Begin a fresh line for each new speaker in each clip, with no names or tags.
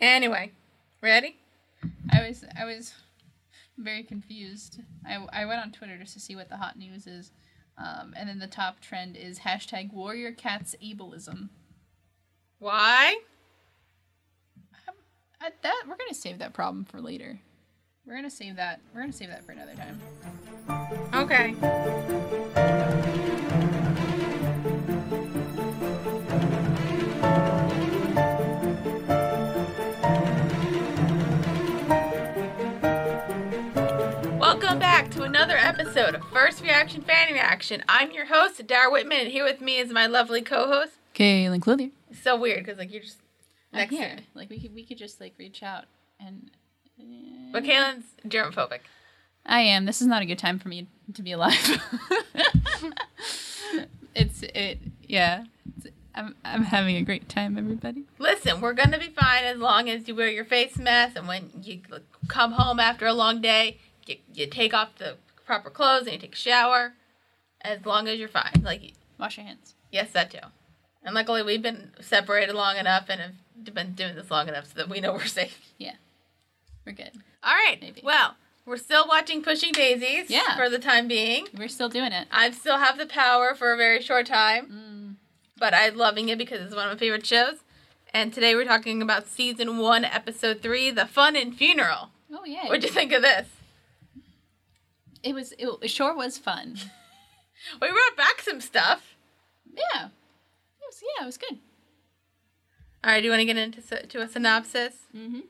Anyway, ready?
I was I was very confused. I, I went on Twitter just to see what the hot news is, um, and then the top trend is hashtag Warrior Cats ableism.
Why?
I, Uh, that we're gonna save that problem for later. We're gonna save that. We're gonna save that for another time.
Okay. Welcome back to another episode of First Reaction Fan Reaction. I'm your host, Dara Whitman, and here with me is my lovely co-host.
Kaylin Clothier.
It's so weird because like you're just next
Next
to
year,
me.
like we could we could just like reach out and. eh.
But Kaylin's germophobic.
I am. This is not a good time for me to be alive. it's it. Yeah. It's- I'm I'm having a great time, everybody.
Listen, we're gonna be fine as long as you wear your face mask, and when you like, come home after a long day, you, you take off the proper clothes and you take a shower. As long as you're fine, like
Wash your hands.
yes, that too. And luckily, we've been separated long enough and have been doing this long enough so that we know we're safe.
Yeah. We're good.
All right.
Maybe.
Well, we're still watching Pushing Daisies
Yeah.
for the time being.
We're still doing it.
I still have the power for a very short time,
Mm.
but I'm loving it because it's one of my favorite shows. And today we're talking about season one, episode three, The Fun and Funeral.
Oh yeah.
What'd you think of this?
It was it, it sure was fun.
We brought back some stuff.
yeah. It was yeah, it was good.
All right, do you want to get into s- to a synopsis?
Mm-hmm.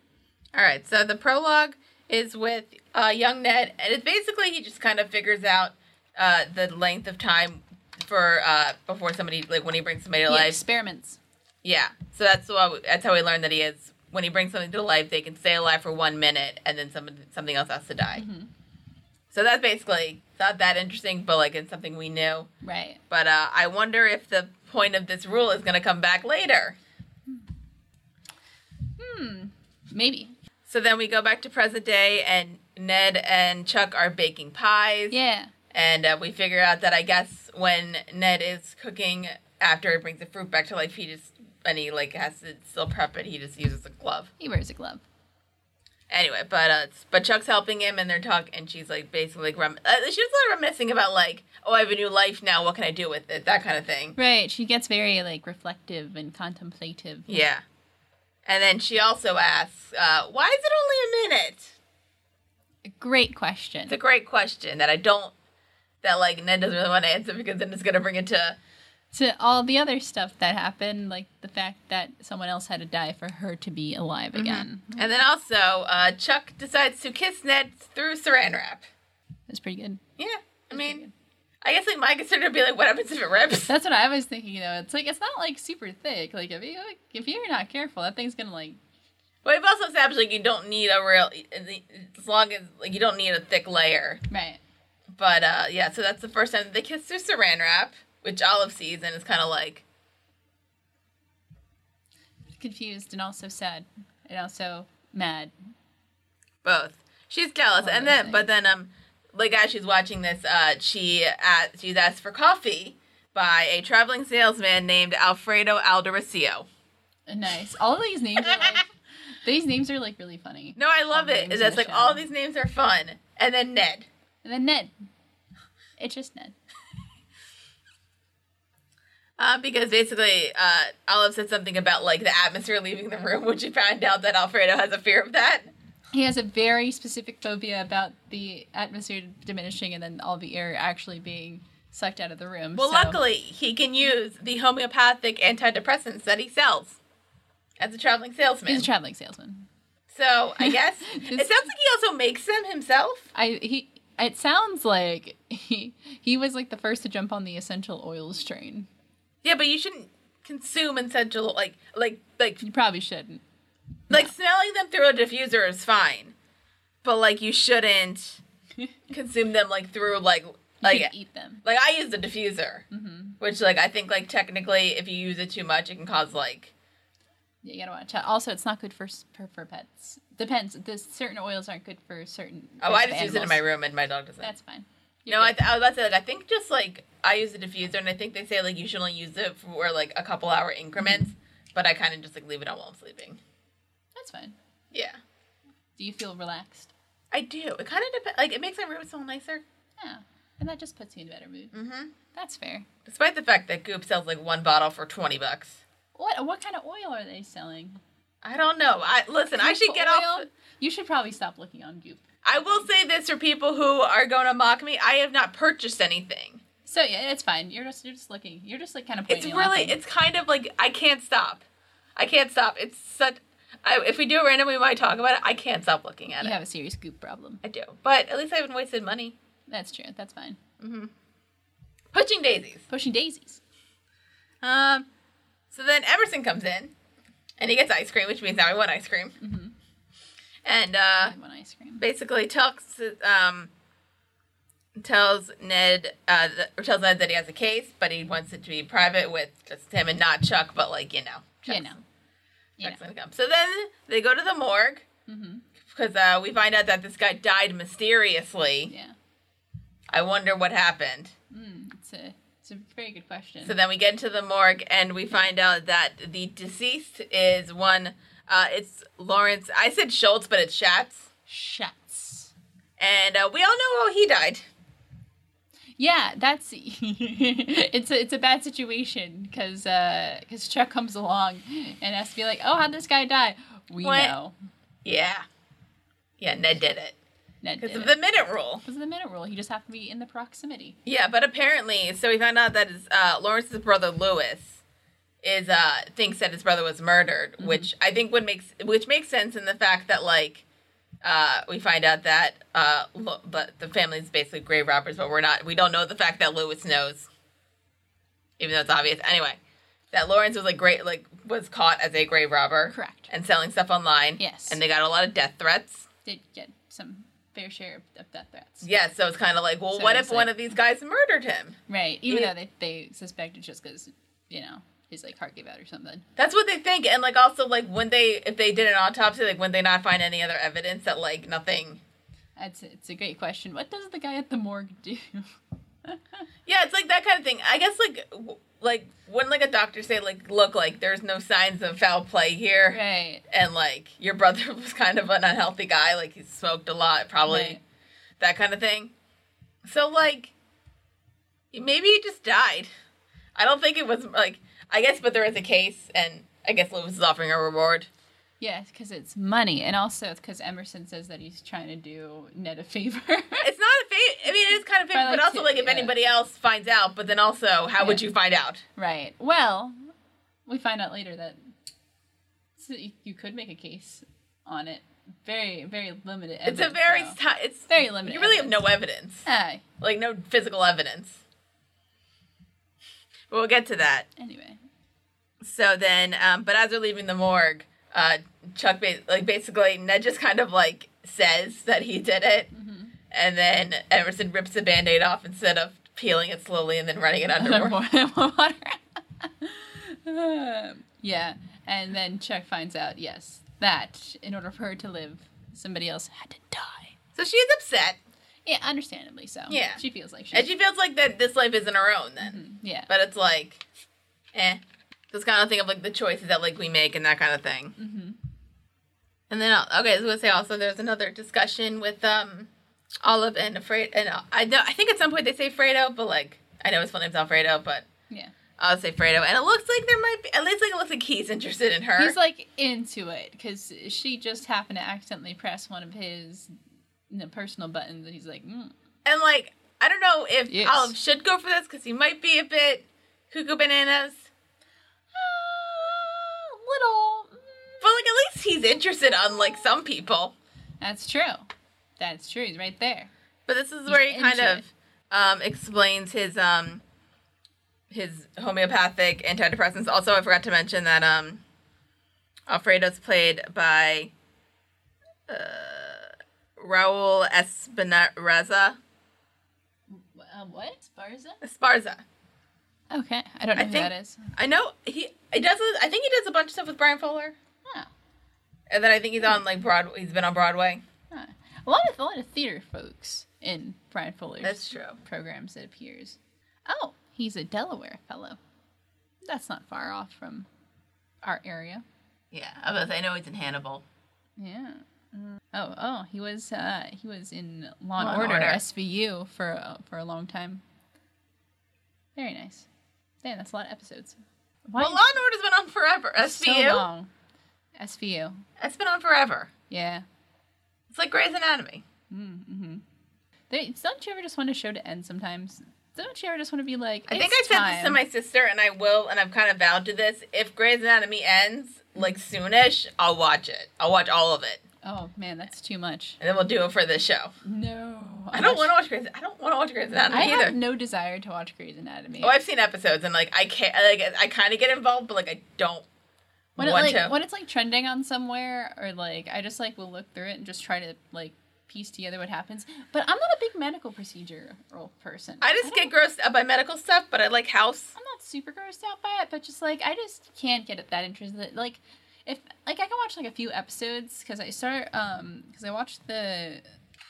All right, so the prologue is with uh, young Ned, and it's basically he just kind of figures out uh, the length of time for uh, before somebody like when he brings somebody to
Yeah,
life.
experiments.
Yeah, so that's why we, that's how we learn that he is. When he brings something to life, they can stay alive for one minute, and then something something else has to die.
Mhm.
So that's basically not that interesting, but like it's something we knew.
Right.
But uh, I wonder if the point of this rule is going to come back later.
Hmm. Maybe.
So then we go back to present day, and Ned and Chuck are baking pies.
Yeah.
And uh, we figure out that I guess when Ned is cooking after he brings the fruit back to life, he just and he like has to still prep it. He just uses a glove
He wears a glove.
anyway. But uh, but Chuck's helping him, and they're talking. And she's like basically like, rem- uh, she's like reminiscing about like, oh, I have a new life now. What can I do with it? That kind of thing.
Right. She gets very like reflective and contemplative.
Yeah. And then she also asks, uh, why is it only a minute?
A great question.
It's a great question that I don't. That like Ned doesn't really want to answer because then it's gonna bring it to
to all the other stuff that happened, like the fact that someone else had to die for her to be alive again.
And then also, uh, Chuck decides to kiss Ned through saran wrap.
That's pretty good.
Yeah, I
That's pretty
mean,
good.
I guess like my concern would be like, what happens if it rips?
that's what I was thinking. Though it's like it's not like super thick. Like if you like, if you're not careful, that thing's gonna like
But we've also established like you don't need a real, as long as like you don't need a thick layer.
right.
But uh, yeah, so that's the first time they kiss through saran wrap, which Olive sees and is kind of like,
confused and also sad and also mad.
both. She's jealous,
One of
and
those
then but then um, like as she's watching this, uh, she uh, she's asked for coffee by a traveling salesman named Alfredo Aldericio.
And nice. All of these names are like these names are like really funny.
No, I love
the
it.
names
Is
in
that's
the
like all
show.
these names are fun, and then Ned.
And then Ned. It's just Ned.
Uh, because basically, uh, Olive said something about like the atmosphere leaving the room, which you found out that Alfredo has a fear of that.
He has a very specific phobia about the atmosphere diminishing and then all the air actually being sucked out of the room.
Well,
so-
luckily, he can use the homeopathic antidepressants that he sells as a traveling salesman.
he's a traveling salesman.
so I guess
This-
it sounds like he also makes them himself.
I he it sounds like he he was like the first to jump on the essential oils train.
Yeah, but you shouldn't consume essential like like like
You probably shouldn't.
like smelling them through a diffuser is fine, but like you shouldn't consume them like through like
Like
like
eat them.
like I use the diffuser,
Mm-hmm.
which like I think like technically if you use it too much, it can cause like
Yeah, you gotta watch out. Also, it's not good for s- for, for pets. Depends. This certain oils aren't good for certain.
oh
types
I
of
just use it in
animals.
my room and my dog doesn't.
That's fine. You're
no, I,
good.
th- I was about to say like I think just like I use the diffuser and I think they say like you should Mm-hmm. only use it for like a couple hour increments, but I kind of just like leave it on while I'm sleeping.
That's fine.
Yeah.
Do you feel relaxed?
I do. It kind of depends. Like, it makes my room smell nicer.
Yeah. And that just puts you in a better mood.
Mm-hmm.
That's fair.
Despite the fact that Goop sells like one bottle for twenty bucks.
What what kind of oil are they selling?
I don't know. I listen. I
Goop
should get off.
oil? You should probably stop looking on Goop.
I will say this for people who are going to mock me. I have not purchased anything.
So yeah, it's fine. You're just you're just looking. You're just like kind of.
It's really. It's kind of like I can't stop. I can't stop. It's such. I, if we do it randomly, we might talk about it. I can't stop looking at
you
it.
have a serious Goop problem.
I do. But at least I haven't wasted money.
That's true. That's fine.
Poaching daisies.
Pushing daisies.
Um, so then Emerson comes in, and he gets ice cream, which means now I want ice cream.
Mhm.
And uh,
I want ice cream.
basically tells um, tells Ned uh, th- or tells Ned that he has a case, but he wants it to be private with just him and not Chuck, but like you know, Chuck's,
You know. You
Chuck's gonna come. So then they go to the morgue
Mhm.
because uh, we find out that this guy died mysteriously.
Yeah.
I wonder what happened.
Mm, it's a it's a very good question.
So then we get into the morgue and we find out that the deceased is one. Uh, it's Lawrence. I said Schultz, but it's Schatz.
Shuts.
And uh, we all know how he died.
Yeah, that's it's a, it's a bad situation because because Chuck comes along and has to be like, oh, how'd this guy die? We
What?
know.
Yeah. Yeah, Ned did it.
Ned
Because
did
of
it.
the minute rule.
Because of the minute rule, you just have to be in the proximity.
Yeah, but apparently, so we found out that his, uh, Lawrence's brother Lewis is uh thinks that his brother was murdered,
Mm-hmm.
which I think would makes which makes sense in the fact that like uh we find out that uh lo- the, the family's basically grave robbers, but we're not we don't know the fact that Lewis knows, even though it's obvious. Anyway, that Lawrence was like great like was caught as a grave robber
Correct.
and selling stuff online.
Yes.
and they got a lot of death threats.
Did get some fair share of, of death threats.
Yeah, so it's kind of like, well,
So
what
it's
if one
like-
of these guys murdered him?
Right. Even
Yeah.
though they they suspected just because you know his like heart gave out or something.
That's what they think, and like also like when they if they did an autopsy, like when they not find any other evidence that like nothing.
That's it's a great question. What does the guy at the morgue do?
Yeah, it's like that kind of thing. I guess like w- like wouldn't like a doctor say like look like there's no signs of foul play here,
right.
and like your brother was kind of an unhealthy guy, like he smoked a lot, probably
Right.
that kind of thing. So like maybe he just died. I don't think it was like I guess, but there is a case, and I guess Lewis is offering a reward.
Yeah, because it's money, and also because Emerson says that he's trying to do Ned a favor.
It's not a favor. I mean, it is kind of a favor,
But,
but
like,
also like if
yeah.
anybody else finds out, but then also how would
Yeah.
you find out?
right. Well, we find out later that so you, you could make a case on it. Very, very limited.
It's
Evidence,
a very
though.
sti- it's
very limited.
you really have no evidence,
Aye.
like no physical evidence. But we'll get to that.
Anyway,
So then, um, but as they're leaving the morgue, uh, Chuck ba- like basically Ned just kind of like says that he did it,
Mm-hmm.
and then Emerson rips the band-aid off instead of peeling it slowly and then running it under. water.
underwater. Um, yeah, and then Chuck finds out yes that in order for her to live, somebody else had to die.
so she's upset,
Yeah, understandably so.
Yeah.
she feels like she. Mm,
and she feels like that this life isn't her own. Then.
yeah.
But it's like, eh. So it's kind of thing of like the choices that like we make and that kind of thing. Mm-hmm. And then I'll- okay, I was gonna say also there's another discussion with um Olive and Fredo, and uh, I know I think at some point they say Fredo, but like I know his full name's Alfredo, but
yeah.
I'll say Fredo. And it looks like there might be at least like it looks like he's interested in her.
He's like into it because she just happened to accidentally press one of his you know, personal buttons, and he's like, mm.
and like I don't know if
Yes.
Olive should go for this because he might be a bit cuckoo bananas,
"Ah, little. mm."
but like at least he's interested, unlike some people.
That's true. That's true. He's right there.
But this is where he
He's
kind
into
of um, explains his um, his homeopathic antidepressants. Also, I forgot to mention that um, Alfredo's played by uh, Raul Espinosa
Uh, what? Barza?
Esparza.
Okay, I don't know
I
who
think-
that is.
I know he he does. I think he does a bunch of stuff with Brian Fuller,
Oh.
and then I think he's on like Broadway. He's been on Broadway.
Huh. A lot of a lot of theater folks in Brian Fuller's
That's true.
programs. It appears. Oh, he's a Delaware fellow. That's not far off from our area.
Yeah, I was. I know he's in Hannibal.
Yeah. Oh, oh, he was uh, he was in Law and
Law and
Order,
Order.
SVU for uh, for a long time. Very nice. Damn, that's a lot of episodes. Why
Well, Law and Order's been on forever.
so
SVU,
long? SVU.
it's been on forever.
Yeah. Mm, mm-hmm.
It's like Grey's Anatomy.
They, don't you ever just want a show to end sometimes? Don't you ever just want to be like?
I think I
"It's
said
time.
this to my sister, and I will, and I've kind of vowed to this. If Grey's Anatomy ends like soonish, I'll watch it. I'll watch all of it,
Oh man, that's too much.
and then we'll do it for this show.
No,
I don't want to watch Grey's. I don't want to watch Grey's Anatomy
I
either.
have no desire to watch Grey's Anatomy.
Oh, I've seen episodes, and like I can't. Like I kind of get involved, but like I don't
when it,
want
like
to.
when it's like trending on somewhere or like I just like will look through it and just try to like piece together what happens. But I'm not a big medical procedural person.
I just
don't-
get grossed out by medical stuff, but I like House.
I'm not super grossed out by it, but just like I just can't get it that interested. Like if like I can watch like a few episodes because I start um because I watched the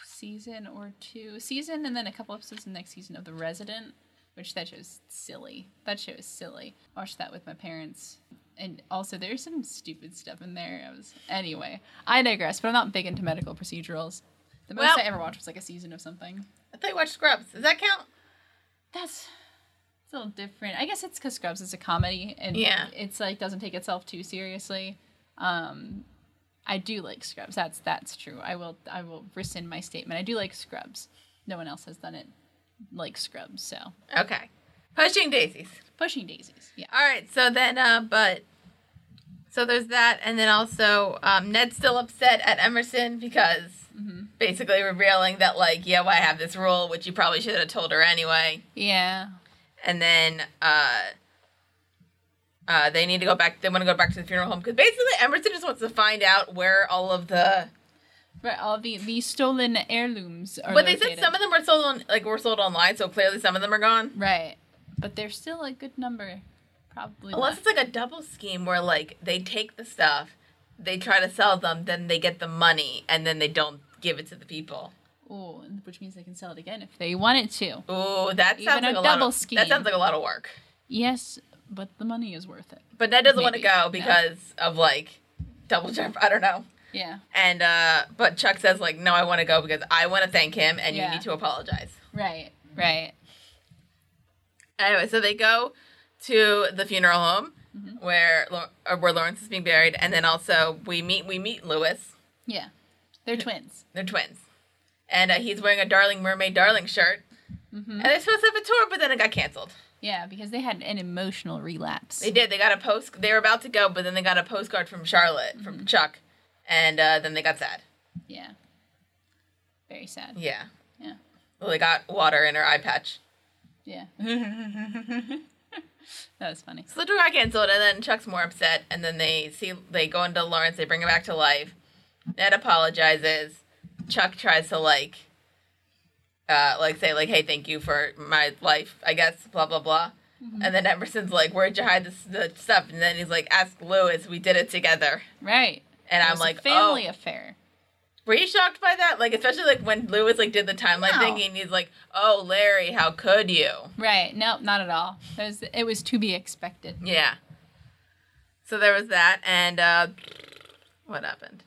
season or two season and then a couple episodes in the next season of The Resident, which that show's silly. That show is silly. Watched that with my parents. And also, there's some stupid stuff in there. I was anyway. I digress, but I'm not big into medical procedurals. The most
Well-
I ever watched was like a season of something.
I thought you watched Scrubs. Does that count?
That's it's a little different. I guess it's because Scrubs is a comedy and
Yeah.
it's like doesn't take itself too seriously. Um, I do like Scrubs. That's that's true. I will I will rescind my statement. I do like Scrubs. No one else has done it like Scrubs. So
Okay. Pushing Daisies.
pushing daisies. Yeah.
All right. So then, uh, but so there's that, and then also um, Ned's still upset at Emerson because
Mm-hmm.
basically revealing that like, yeah, well, I have this rule, which you probably should have told her anyway.
Yeah.
and then uh, uh, they need to go back. They want to go back to the funeral home because basically Emerson just wants to find out where all of the.
But all the the stolen heirlooms are.
But they
located.
said some of them were sold on, like were sold online, so clearly some of them are gone.
Right. But there's still a good number, probably.
Unless
left.
it's like a double scheme where like they take the stuff, they try to sell them, then they get the money, and then they don't give it to the people.
Ooh, which means they can sell it again if they wanted to.
Ooh, that
Even
sounds
a
like a
double
lot of,
scheme.
That sounds like a lot of work.
Yes, but the money is worth it.
But Ned doesn't want to
Maybe.
go
No.
because of like double jump. I don't know.
Yeah.
And uh but Chuck says like no I want to go because I want to thank him and
Yeah.
you need to apologize.
Right. Right.
Anyway, so they go to the funeral home
Mm-hmm.
where Lau- uh, where Lawrence is being buried and then also we meet we meet Lewis.
Yeah. They're twins.
They're twins. And uh, he's wearing a Darling Mermaid Darling shirt. And they're supposed to have a tour but then it got canceled.
Yeah, because they had an emotional relapse.
They did. They got a post they were about to go but then they got a postcard from Charlotte from Chuck and uh, then they got sad.
Yeah. Very sad.
Yeah.
Yeah.
Well, they got water in her eye patch.
Yeah. that was funny.
So the tour got canceled, and then Chuck's more upset, and then they see they go into Lawrence, they bring him back to life. Ned apologizes. Chuck tries to like, uh, like say like, hey, thank you for my life, I guess, blah blah blah.
Mm-hmm.
And then Emerson's like, where'd you hide this the stuff? And then he's like, ask Lewis, we did it together.
Right.
And
It
I'm
was a
like,
family
oh,
affair.
were you shocked by that? Like, especially like when Lewis like did the timeline
No.
thing, and he's like, oh, Larry, how could you?
Right. No, not at all. That was, it was to be expected.
Yeah. So there was that, and uh, what happened?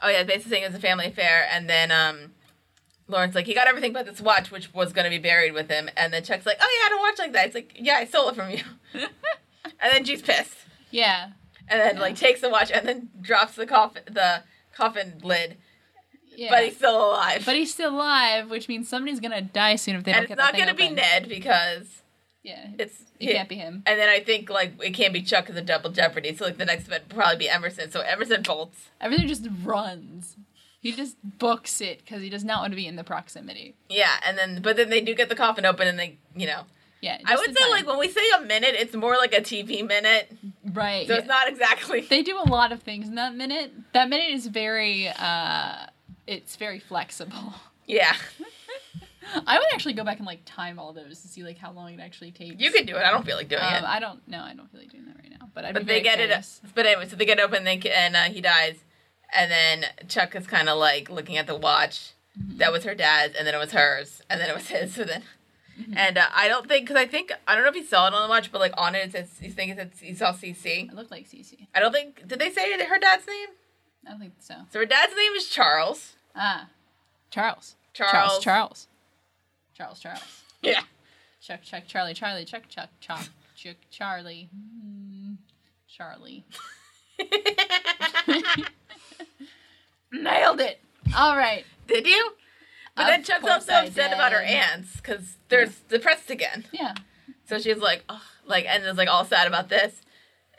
Oh yeah, basically saying it was a family affair, and then um, Lauren's like, he got everything but this watch, which was gonna be buried with him, and then Chuck's like, oh yeah, I don't watch like that. It's like, yeah, I stole it from you, and then she's pissed,
Yeah.
and then
Yeah.
like takes the watch, and then drops the coffin, the coffin lid,
Yeah.
but he's still alive.
But he's still alive, which means somebody's gonna die soon if they
and it's
don't get
not
the thing
gonna be
open.
Ned because
Yeah.
it's
it can't be him.
And then I think like it can't be Chuck because of double jeopardy. So like the next event would probably be Emerson. So Emerson bolts.
Everything just runs. He just books it because he does not want to be in the proximity.
Yeah, and then but then they do get the coffin open and they you know
Yeah.
I
just in
would say
time.
like when we say a minute, it's more like a TV minute.
right.
So
yeah.
it's not exactly.
they do a lot of things in that minute. That minute is very uh it's very flexible.
Yeah,
I would actually go back and like time all those to see like how long it actually takes.
you can do it. I don't feel like doing
um,
it.
I don't no, I don't feel like doing that right now. But I'd be
But they
very
get
curious.
it. But anyway, so they get open. They ca- and uh, he dies, and then Chuck is
Mm-hmm.
kind of like looking at the watch. That was her dad's, and then it was hers, and then it was his. So then
Mm-hmm.
And uh, I don't think, because I think, I don't know if he saw it on the watch, but like on it, it says, he's thinking that he saw CC.
It looked like Cece.
I don't think, did they say her dad's name?
I don't think so.
So her dad's name is Charles.
Ah, Charles.
Charles.
Charles. Charles. Charles. Charles.
Yeah.
Chuck. Chuck. Charlie. Charlie. Chuck. Chuck. Chuck. Chuck. Charlie. Mm, Charlie. Nailed it. All right.
Did you? But
Of
then Chuck's
course
also
I
upset about her
did.
aunts because they're s- depressed again.
Yeah.
So she's like, oh, like, and is like all sad about this.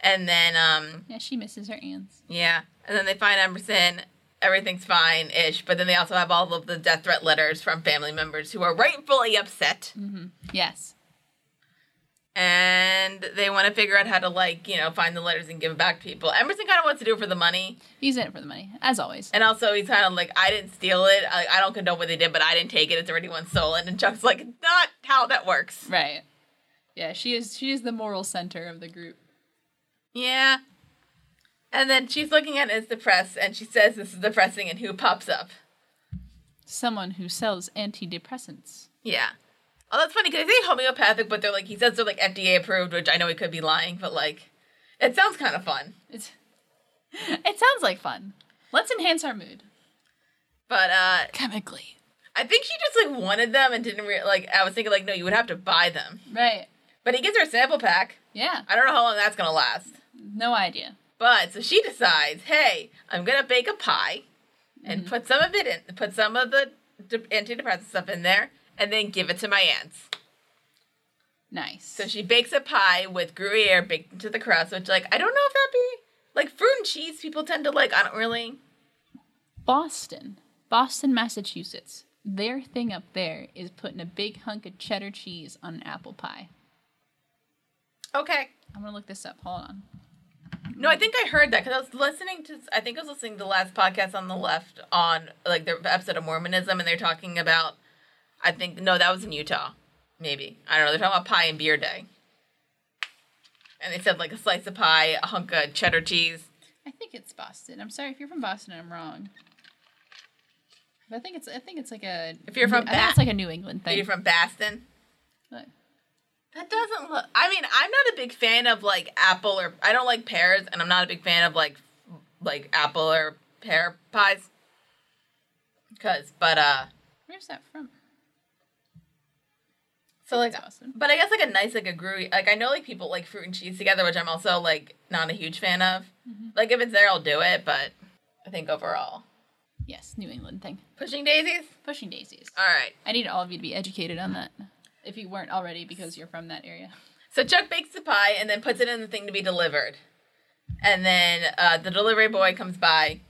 And then, um,
Yeah. She misses her aunts.
yeah. And then they find Emerson. Everything's fine ish. But then they also have all of the death threat letters from family members who are rightfully upset.
Yes.
And they want to figure out how to, like, you know, find the letters and give back people. Emerson kind of wants to do it for the money.
He's in it for the money, as always.
And also, he's kind of like, I didn't steal it. I, I don't condone what they did, but I didn't take it. It's already one stolen. And Chuck's like, not how that works.
Right. Yeah. She is. She is the moral center of the group.
Yeah. And then she's looking at it as depressed, and she says this is depressing, and who pops up?
Someone who sells antidepressants.
Yeah. Oh, that's funny because they say homeopathic, but they're like, he says they're like FDA approved, which I know he could be lying, but like, it sounds kind of fun.
It's. It sounds like fun. Let's enhance our mood
But uh
chemically.
I think she just like wanted them and didn't re- like. I was thinking like, no, you would have to buy them.
Right.
But he gives her a sample pack.
Yeah.
I don't know how long that's gonna last.
No idea.
But so she decides, hey, I'm gonna bake a pie, and put some of it in, put some of the de- antidepressant stuff in there, and then give it to my aunts.
Nice.
So she bakes a pie with Gruyere baked into the crust, which like I don't know if that be like fruit and cheese. People tend to like. I don't really.
Boston, Boston, Massachusetts. Their thing up there is putting a big hunk of cheddar cheese on an apple pie.
Okay.
I'm gonna look this up. Hold on.
No, I think I heard that because I was listening to. I think I was listening to the last podcast on the left on like the episode of Mormonism, and they're talking about. I think no, that was in Utah, maybe I don't know. They're talking about pie and beer day, and they said like a slice of pie, a hunk of cheddar cheese.
I think it's Boston. I'm sorry if you're from Boston and I'm wrong. But I think it's I think it's like a
If you're from
I think it's
Ba-
like a New England
Are
thing.
you from Baston?
Look.
That doesn't look. I mean, I'm not a big fan of like apple or I don't like pears, and I'm not a big fan of like like apple or pear pies. Cause, but uh,
Where's that from?
so like,
That's Boston.
but I guess like a nice like a groovy like I know like people like fruit and cheese together, which I'm also like not a huge fan of. Like if it's there, I'll do it, but I think overall,
Yes, New England thing.
pushing daisies.
Pushing daisies.
All right.
I need all of you to be educated on that. If you weren't already because you're from that area.
So Chuck bakes the pie and then puts it in the thing to be delivered. And then uh, the delivery boy comes by,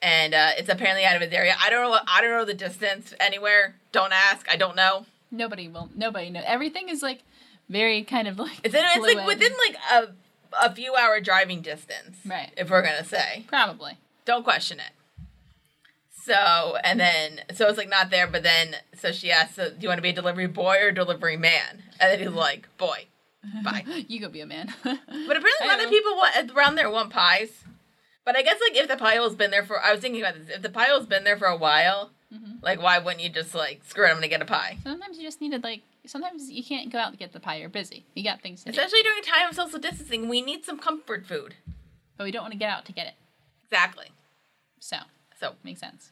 and uh, it's apparently out of his area. I don't know. What, I don't know the distance anywhere. Don't ask. I don't know.
Nobody will nobody know. Everything is like very kind of like
It's, in, it's like
fluid.
within like a a few hour driving distance.
Right.
If we're gonna say,
Probably.
don't question it. So and then so it's like not there. But then so she asks, so, "Do you want to be a delivery boy or delivery man?" And then he's like, "Boy." Bye.
You go be a man.
But apparently, a lot
I
of
know.
people want, around there want pies. But I guess like if the pie has been there for, I was thinking about this. If the pie has been there for a while,
Mm-hmm.
like why wouldn't you just like screw it? I'm gonna get a pie.
sometimes you just need to like. Sometimes you can't go out and get the pie. You're busy. You got things to do,
Especially during a time of social distancing, we need some comfort food.
but we don't want to get out to get it.
Exactly.
So
So
makes sense.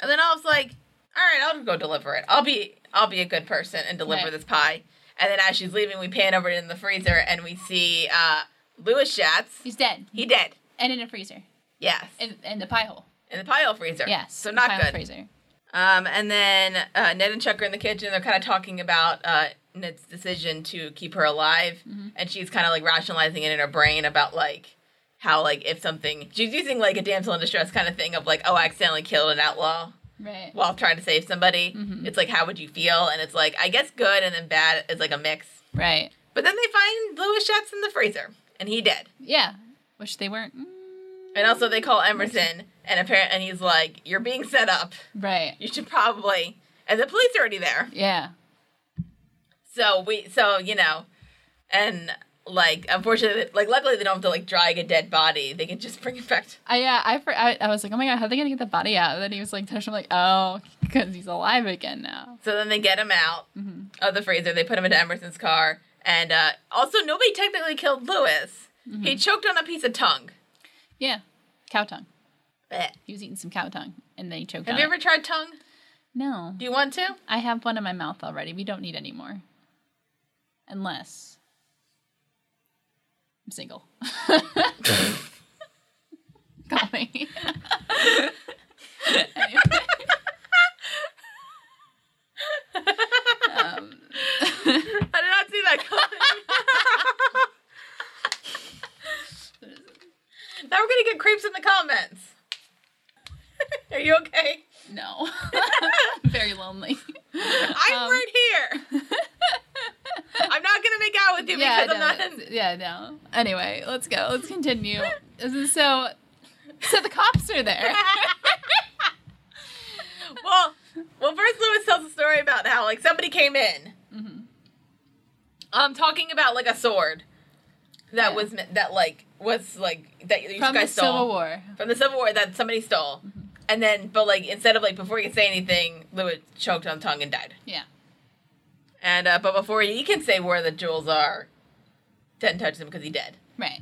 and then I was like, all right, I'll go deliver it. I'll be I'll be a good person and deliver
Right.
this pie. And then as she's leaving, we pan over in the freezer and we see uh, Louis Schatz.
He's dead
He dead.
and in a freezer
Yes. In,
and in the pie hole.
the pie hole freezer.
Yes.
So
the
not
pie hole
good.
Freezer.
Um, and then uh, Ned and Chuck are in the kitchen. They're kind of talking about uh, Ned's decision to keep her alive, and she's kind of like rationalizing it in her brain about like how like if something she's using like a damsel in distress kind of thing of like oh I accidentally killed an outlaw
Right.
while trying to save somebody. It's like how would you feel? And it's like I guess good and then bad is like a mix.
Right.
But then they find Louis Schatz in the freezer, and he dead.
Yeah. Which they weren't. Mm,
And also they call Emerson, and apparent and he's like you're being set up.
right.
You should probably. And the police are already there.
Yeah.
So we, so you know, and like unfortunately, like luckily they don't have to like drag a dead body. They can just bring it back. To,
I yeah. I, for, I I was like, oh my god, how are they gonna get the body out? And then he was like, touched. I'm like, oh, because he's alive again now.
So then they get him out
Mhm.
of the freezer. They put him into Emerson's car. And uh, also, nobody technically killed Lewis. He choked on a piece of tongue.
Yeah, cow tongue.
Blech.
He was eating some cow tongue, and then he choked
Have
on
you
it.
ever tried tongue?
No,
Do you want to?
I have one in my mouth already. We don't need any more, unless I'm single. Call me. anyway. um,
I did not see that coming. now we're gonna get creeps in the comments. Are you okay?
no, very lonely.
I'm
Um,
right here. I'm not gonna make out with you
yeah,
because
no,
I'm not. In-
that's- yeah, no. Anyway, let's go. Let's continue. This is so. So the cops are there.
well, well, first Lewis tells a story about how like somebody came in,
hmm
um, talking about like a sword that
Yeah.
was was that like was like that you
From the
guys saw.
Civil War. Mm-hmm.
from the Civil War that somebody stole. And then, but like instead of like before he could say anything, Lewis choked on tongue and died.
Yeah.
And uh, but before he can say where the jewels are, Ten touches him because he dead.
Right.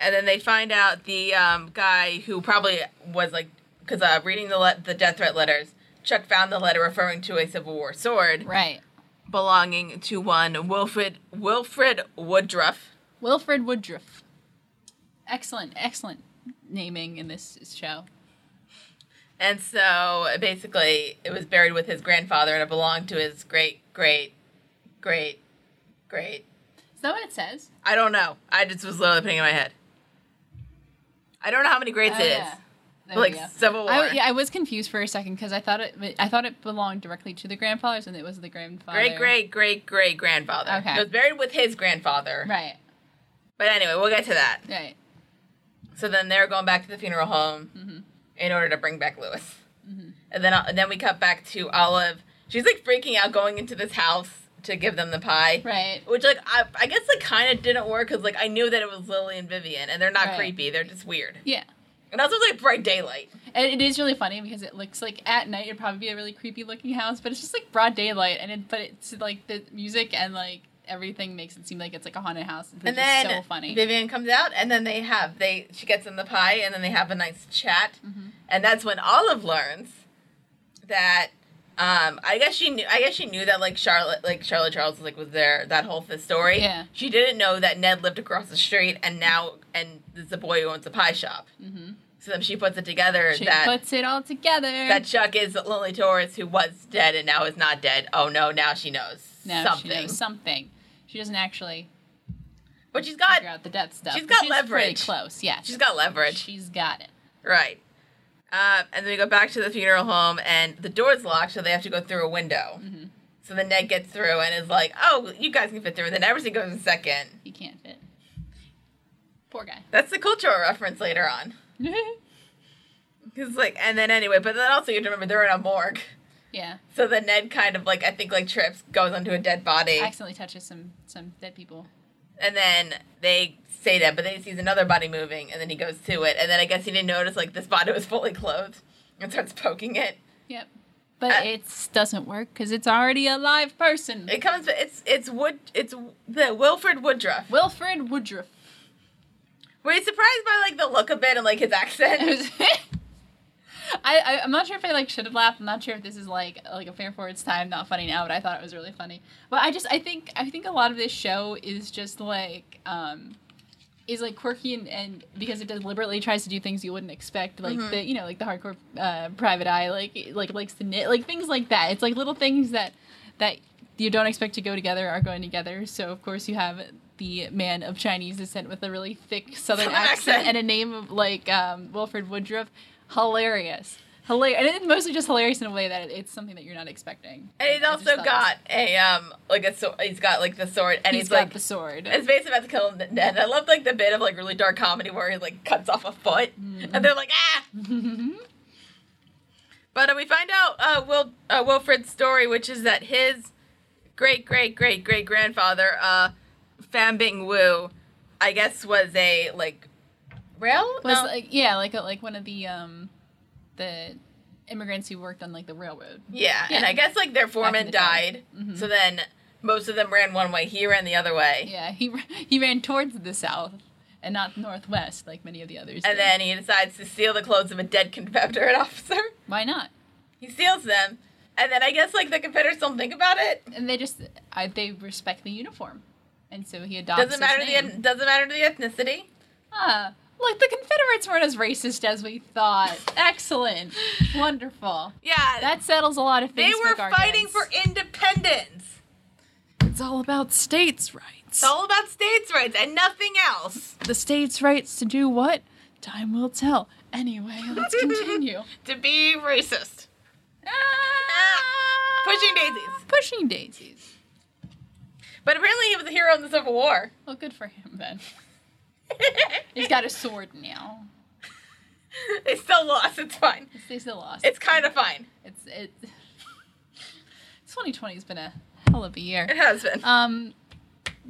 And then they find out the um, guy who probably was like because uh, reading the le- the death threat letters, Chuck found the letter referring to a Civil War sword
Right.
belonging to one Wilfred Wilfred Woodruff.
Wilfred Woodruff. Excellent, excellent naming in this show.
And so basically, it was buried with his grandfather, and it belonged to his great, great, great, great.
Is that what it says?
I don't know. I just was literally putting it in my head. I don't know how many grades
Oh,
it is.
yeah. There
but,
we
Like
go.
Civil War.
I, yeah, I was confused for a second because I thought it I thought it belonged directly to the grandfathers and it was the grandfather.
Great, great, great, great grandfather.
Okay.
It was buried with his grandfather.
Right,
But anyway, we'll get to that.
right.
So then they're going back to the funeral home
Mhm.
in order to bring back Lewis.
Mm-hmm.
And then and then we cut back to Olive. She's like freaking out going into this house to give them the pie.
Right.
Which like I, I guess like kind of didn't work because like I knew that it was Lily and Vivian and they're not
Right.
creepy they're just weird
Yeah.
and also it's like bright daylight
And it is really funny because it looks like at night it'd probably be a really creepy looking house, but it's just like broad daylight and it but it's like the music and like everything makes it seem like it's like a haunted house. It's
and then
so funny.
Vivian comes out and then they have they she gets in the pie and then they have a nice chat
Mhm.
and that's when Olive learns that um I guess she knew I guess she knew that like Charlotte like Charlotte Charles like was there that whole f- story
Yeah.
she didn't know that Ned lived across the street and now and there's a boy who owns a pie shop
Mhm.
so then she puts it together
She
that
puts it all together.
that Chuck is Lily Torres, who was dead and now is not dead. Oh no, now she knows
No,
something.
she knows something. She doesn't actually
But she's got
figure out the death stuff.
she's
but
got
she's
leverage.
Pretty close, yeah.
she's got leverage,
She's got it.
right? Uh, and then we go back to the funeral home, and the door's locked, so they have to go through a window.
Mhm.
So then Ned gets through and is like, "Oh, you guys can fit through." And then everything goes in second.
He can't fit. Poor guy.
That's the cultural reference later on. Cause like, and then anyway, but then also you have to remember they're in a morgue.
yeah.
So then Ned kind of like I think like trips, goes onto a dead body.
Accidentally touches some some dead people.
and then they say that, but then he sees another body moving, and then he goes to it, and then I guess he didn't notice like this body was fully clothed, and starts poking it.
Yep. But
Uh,
it doesn't work because it's already a live person.
It comes, it's it's Wood, it's the Wilfred Woodruff.
Wilfred Woodruff.
Were you surprised by like the look of it and like his
It
accent?
was- I, I I'm not sure if I like should have laughed. I'm not sure if this is like like a fair forward's time, not funny now, but I thought it was really funny. But I just I think I think a lot of this show is just like um is like quirky and, and because it deliberately tries to do things you wouldn't expect, like
Mhm.
the you know like the hardcore uh, private eye, like like likes to knit, like things like that. It's like little things that that you don't expect to go together are going together. So of course you have the man of Chinese descent with a really thick southern,
Southern
accent,
accent.
and a name of like um, Wilfred Woodruff. Hilarious. Hilarious. And it's mostly just hilarious in a way that it- it's something that you're not expecting.
And he's
I just
also
thought it was-
got a um like a sword. He's got like the sword, and he's,
he's got
like.
the sword.
It's basically about to kill Ned. And I love like the bit of like really dark comedy where he like cuts off a foot,
Mm-hmm.
and they're like ah. But uh, we find out uh, Wil- uh, Wilfred's story, which is that his great great great great grandfather, uh, Fan Bing Wu, I guess was a like rail.
was
no.
uh, like yeah, like a, like one of the um the immigrants who worked on like the railroad.
Yeah,
Yeah.
and I guess like their
Back in
foreman
the day.
died,
Mhm.
so then most of them ran one way. He ran the other way,
Yeah, he ra- he ran towards the south and not northwest like many of the others.
and
did.
then he decides to steal the clothes of a dead Confederate officer.
why not?
He steals them, and then I guess like the Confederates don't think about it.
And they just I, they respect the uniform, and so he adopts.
Doesn't matter the
end.
eth- doesn't matter the ethnicity.
Ah, look, the Confederates weren't as racist as we thought. Excellent, wonderful.
Yeah,
That settles a lot of
they
things.
were fighting for independence.
It's all about states' rights.
It's all about states' rights and nothing else.
the states' rights to do what? Time will tell. Anyway, let's continue.
To be racist.
Ah,
Pushing daisies.
Pushing daisies.
But apparently he was a hero in the Civil War.
Well, good for him then. He's got a sword now.
they still lost. It's fine.
They still lost.
It's kind of fine.
It's it. 2020 has been a hell of a
It
year.
has been.
Um,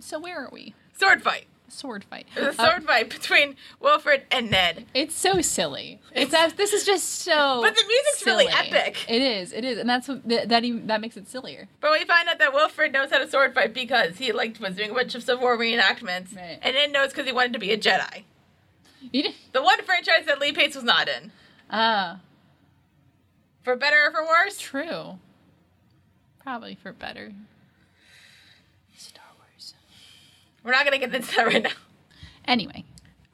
so where are we?
Sword fight.
Sword fight.
It was a
Uh,
sword fight between Wilfred and Ned.
It's so silly. It's as, this is just so.
But the music's really
silly.
epic.
It is. It is, and that's what, that that, even, that makes it sillier.
But we find out that Wilfred knows how to sword fight because he like was doing a bunch of Civil War reenactments,
Right.
and Ned knows because he wanted to be a Jedi.
You did,
The one franchise that Lee Pace was not in,
ah,
for better or for worse.
true. Probably for better. Star Wars.
We're not gonna get into that right now.
Anyway,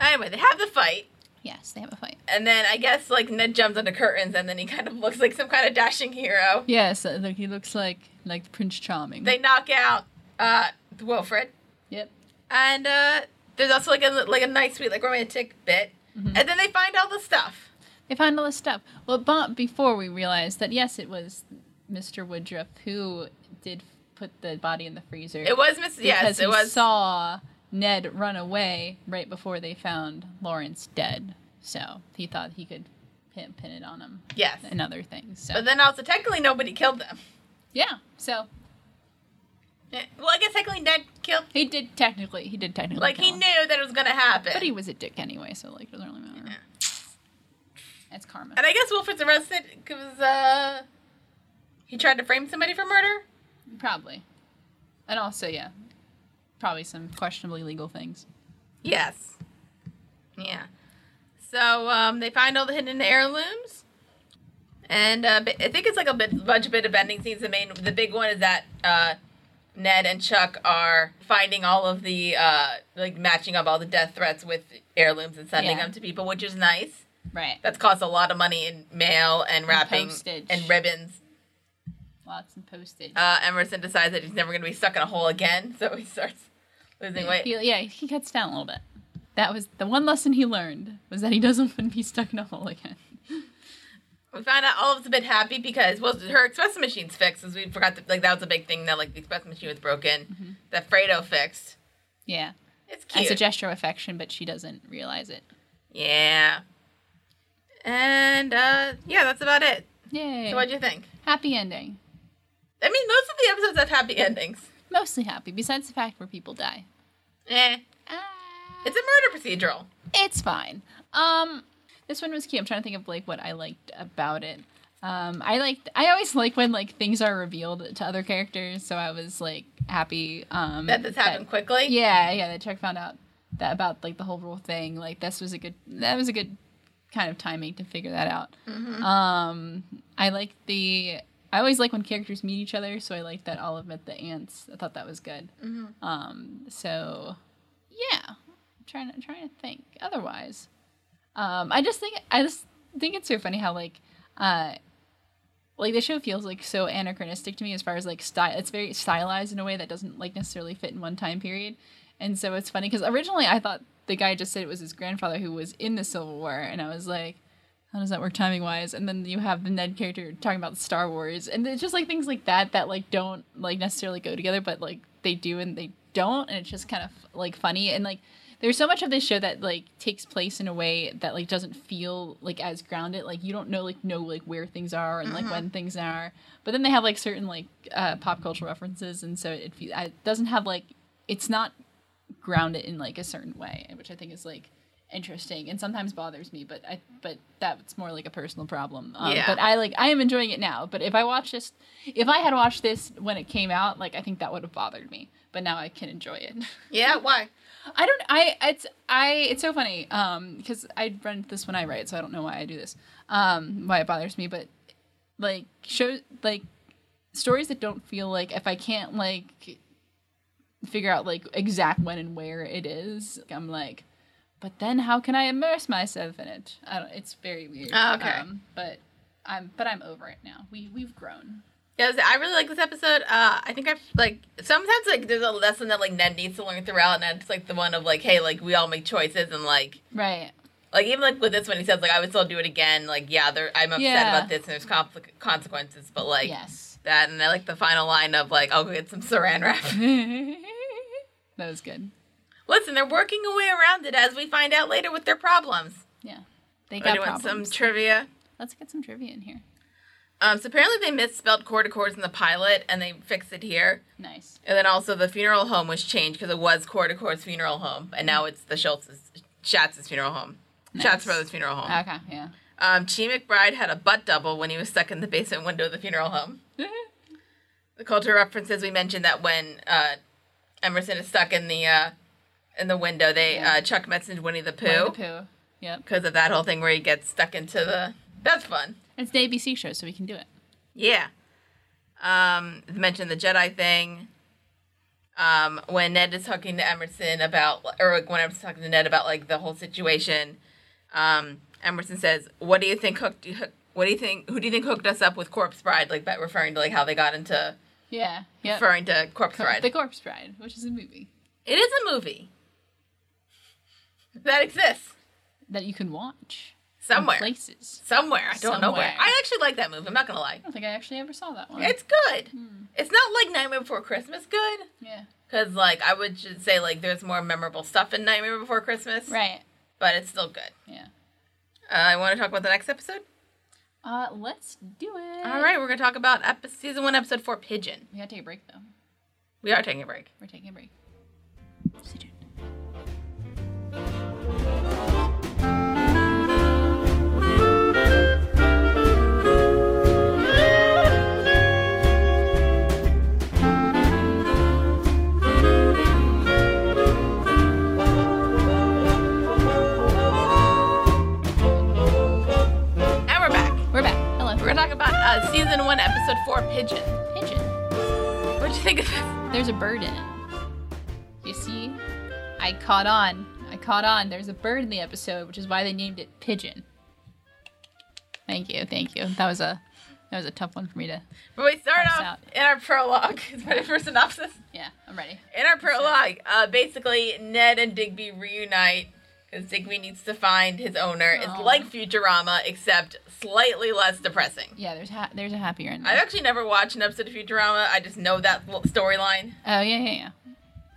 Anyway, they have the fight,
yes, they have a fight.
and then I guess like Ned jumps under curtains, and then he kind of looks like some kind of dashing hero.
Yes, uh, look, he looks like like Prince Charming.
They knock out uh Wilfred,
yep.
and uh there's also like a like a nice sweet like romantic bit,
Mm-hmm.
and then they find all the stuff.
They found all this stuff. Well, but before we realized that yes, it was Mr. Woodruff who did put the body in the freezer.
It was Miss.
because
Yes,
he
it was.
saw Ned run away right before they found Lawrence dead. So he thought he could pin, pin it on him
yes,
and other things. So
but then also technically nobody killed them.
yeah, so
Eh, Well, I guess technically Ned killed.
he did technically he did technically
Like
kill
he
him.
knew that it was gonna happen.
but he was a dick anyway, so like it doesn't really matter. It's karma.
and I guess Wilfred's arrested because uh, he tried to frame somebody for murder.
Probably, and also yeah, probably some questionably legal things.
Yes. Yeah. So um, they find all the hidden heirlooms, and uh, bi- I think it's like a bit, bunch of bit of ending scenes. The main, the big one is that uh, Ned and Chuck are finding all of the uh, like matching up all the death threats with heirlooms and sending
Yeah.
them to people, which is nice.
Right.
That's cost a lot of money in mail and wrapping
postage.
and ribbons.
Lots of postage.
Uh, Emerson decides that he's never going to be stuck in a hole again, so he starts losing weight.
He, yeah, he cuts down a little bit. That was the one lesson he learned was that he doesn't want to be stuck in a hole again.
We found out Olive's a bit happy because well, her espresso machine's fixed. As we forgot, to, like that was a big thing that like the espresso machine was broken,
Mm-hmm.
that Fredo fixed.
Yeah.
It's
as
cute.
a gesture of affection, but she doesn't realize it.
yeah. And uh, yeah, that's about it.
Yay!
So what'd you think?
happy ending.
I mean, most of the episodes have happy endings.
Mostly happy, besides the fact where people die.
Eh,
Ah,
it's a murder procedural.
it's fine. Um, this one was cute. I'm trying to think of like what I liked about it. Um, I liked. I always like when like things are revealed to other characters, so I was like happy. Um,
That this happened quickly.
Yeah, yeah, that Chuck found out that about like the whole rule thing. Like this was a good that was a good kind of timing to figure that out. Um I like the I always like when characters meet each other, so I like that Olive met the ants. I thought that was good. Um so yeah. I'm trying to trying to think. Otherwise. Um I just think I just think it's so funny how like uh like the show feels like so anachronistic to me as far as like style it's very stylized in a way that doesn't like necessarily fit in one time period and so it's funny because originally i thought the guy just said it was his grandfather who was in the civil war and i was like how does that work timing wise and then you have the ned character talking about star wars and it's just like things like that that like don't like necessarily go together but like they do and they don't and it's just kind of like funny and like there's so much of this show that like takes place in a way that like doesn't feel like as grounded like you don't know like know like where things are and like when things are but then they have like certain like uh, pop culture references and so it, fe- it doesn't have like it's not grounded in like a certain way which i think is like interesting and sometimes bothers me, but I but that's more like a personal problem. Um,
Yeah.
But I like I am enjoying it now. But if I watched this, if I had watched this when it came out, like I think that would have bothered me. But now I can enjoy it.
Yeah, why?
I don't. I it's I it's so funny. Um, because I run this when I write, so I don't know why I do this. Um, why it bothers me, but like show like stories that don't feel like if I can't like figure out like exact when and where it is, I'm like, but then how can I immerse myself in it? I don't. It's very weird. Um,
Oh, okay.
but I'm but I'm over it now. We we've grown.
Yeah, I was- I really like this episode. Uh, I think I've like sometimes like there's a lesson that like Ned needs to learn throughout, and that's like the one of like, hey, like we all make choices, and like
Right.
like even like with this one, he says like I would still do it again. Like yeah, there, I'm upset
Yeah.
about this, and there's compli consequences, but like
yes.
that, and I like the final line of like I'll go get some Saran wrap.
that was good.
Listen, they're working a way around it, as we find out later with their problems.
Yeah. They
Or do
got
you want some
problems.
trivia?
Let's get some trivia in here.
Um, so apparently they misspelled corticords in the pilot, and they fixed it here.
Nice.
And then also the funeral home was changed because it was Corticourt's funeral home, and now it's the Schultz's Schatz's funeral home.
Nice.
Schatz brothers' funeral home.
Okay, yeah.
Um, Chi McBride had a butt double when he was stuck in the basement window of the funeral home. The culture references we mentioned that when uh, Emerson is stuck in the uh, in the window, they
Yeah.
uh, Chuck messaged Winnie the
Winnie the
Pooh
Pooh. Yep.
because of that whole thing where he gets stuck into the. That's fun.
It's the ABC show, so we can do it.
Yeah. Um, mentioned the Jedi thing. Um, when Ned is talking to Emerson about, or like, when Emerson's talking to Ned about like the whole situation, um, Emerson says, "What do you think hooked? hook- What do you think? Who do you think hooked us up with Corpse Bride? Like that, referring to like how they got into
Yeah. Yep.
referring to Corpse Bride.
The Corpse Bride, which is a movie
it is a movie that exists
that you can watch in
somewhere,
places.
somewhere. I don't know where.
Somewhere.
I actually like that movie. I'm not gonna lie,
I don't think I actually ever saw that one.
it's good.
Hmm.
It's not like Nightmare Before Christmas good."
yeah.
Because, like, I would just say, like, there's more memorable stuff in Nightmare Before Christmas.
Right.
But it's still good.
Yeah.
Uh, I want to talk about the next episode.
Uh, let's do it.
All right, we're going to talk about epi- season one, episode four, Pigeon.
We gotta take a break though.
We are taking a break.
We're taking a break. Stay tuned.
And we're back.
We're back. Hello.
We're going to talk about uh, season one, episode four, Pigeon.
pigeon.
What'd you think of this?
There's a bird in it. You see? I caught on. I caught on. There's a bird in the episode, which is why they named it Pigeon. Thank you, thank you. That was a that was a tough one for me to
But we start
Nice
off
out.
in our prologue. It's ready for synopsis.
Yeah, I'm ready.
In our prologue, uh, basically, Ned and Digby reunite because Digby needs to find his owner. It's
Aw.
like Futurama, except slightly less depressing.
Yeah, there's ha- there's a happier end.
I've actually never watched an episode of Futurama. I just know that l- storyline
Oh yeah, yeah, yeah.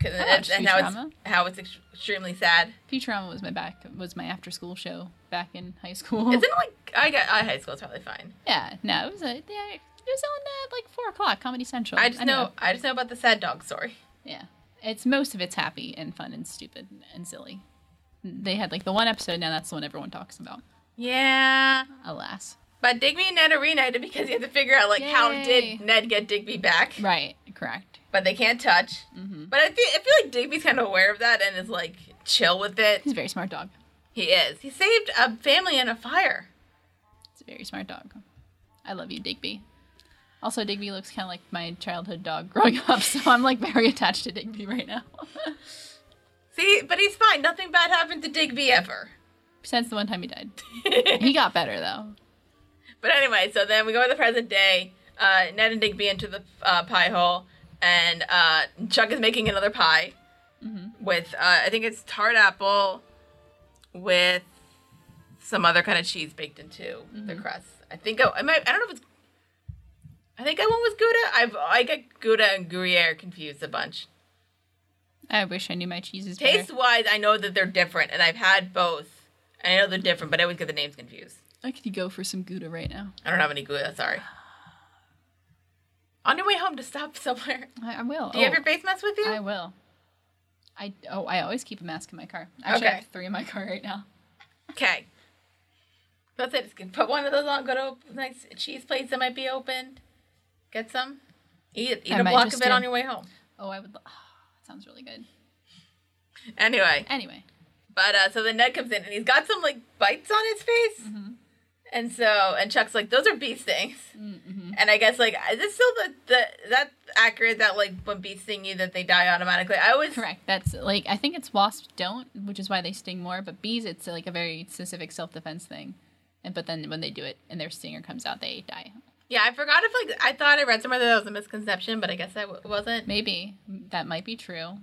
'cause-
I
and,
watched
and how it's
Futurama.
how it's ex- extremely sad.
Futurama was my back was my after school show back in high school.
It's in like I got out of high school. It's probably fine.
Yeah, no, it was a yeah, it was on uh, like four o'clock Comedy Central.
I just know, I just know about the sad dog story.
Yeah. It's most of it's happy and fun and stupid and silly. They had like the one episode now that's the one everyone talks about.
Yeah,
Alas.
but Digby and Ned are reunited because you have to figure out like how
Yay.
did Ned get Digby back?
Right, correct.
But they can't touch.
Mm-hmm.
But I feel I feel like Digby's kind of aware of that and is like chill with it.
He's a very smart dog.
He is. He saved a family in a fire.
He's a very smart dog. I love you, Digby. Also, Digby looks kind of like my childhood dog growing up, so I'm like very attached to Digby right now.
See, but he's fine. Nothing bad happened to Digby ever.
Since the one time he died. He got better though.
But anyway, so then we go to the present day. Uh, Ned and Digby enter the uh, pie hole, and uh, Chuck is making another pie with uh, I think it's tart apple with some other kind of cheese baked into the crust. I think I, I might I don't know if it's I think I one was Gouda. I've I get Gouda and Gruyere confused a bunch.
I wish I knew my cheeses better.
Taste wise, I know that they're different, and I've had both. I know they're different, but I always get the names confused.
I could go for some Gouda right now.
I don't have any Gouda. Sorry. On your way home to stop somewhere.
I, I will.
Do you
Oh,
have your face mess with you?
I will. I oh, I always keep a mask in my car. Actually, I have
Okay.
three in my car right now.
Okay. That's it. It's good. Put one of those on. Go to a nice cheese place that might be opened. Get some. Eat it. Eat
I
a
might
block
just
of it
do.
on your way home.
Oh, I would. lo- Oh, that sounds really good.
Anyway,
Anyway,
but uh, so then Ned comes in and he's got some like bites on his face, and so and Chuck's like, "Those are bee stings."
mm-hmm.
And I guess like is this still the the that's accurate that like when bees sting you that they die automatically. I always
correct. That's like I think it's wasps don't, which is why they sting more. But bees, it's like a very specific self defense thing. And but then when they do it and their stinger comes out, they die.
yeah I forgot if like I thought I read somewhere that that was a misconception, but I guess that w- wasn't.
Maybe that might be true.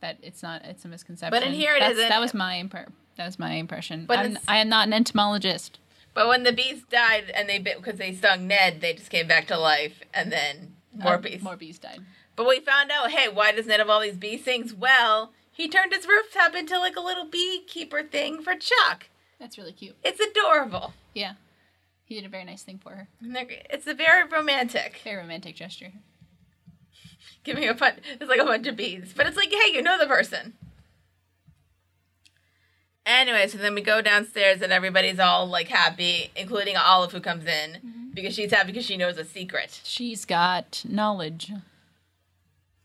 That it's not. It's a misconception.
here it
That's-
isn't.
That was my impre- that was my impression.
But
But I'm,
it's-
I am not an entomologist.
But when the bees died and they bit because they stung Ned, they just came back to life and then more
Uh,
bees.
More bees died.
But we found out, hey, why does Ned have all these bee stings? Well, he turned his rooftop into like a little beekeeper thing for Chuck.
That's really cute.
It's adorable.
Yeah, he did a very nice thing for her.
And they're- It's a very romantic.
Very romantic gesture.
giving a fun it's like a bunch of bees but it's like hey you know the person anyway so then we go downstairs and everybody's all like happy including olive who comes in because she's happy because she knows a secret
She's got knowledge.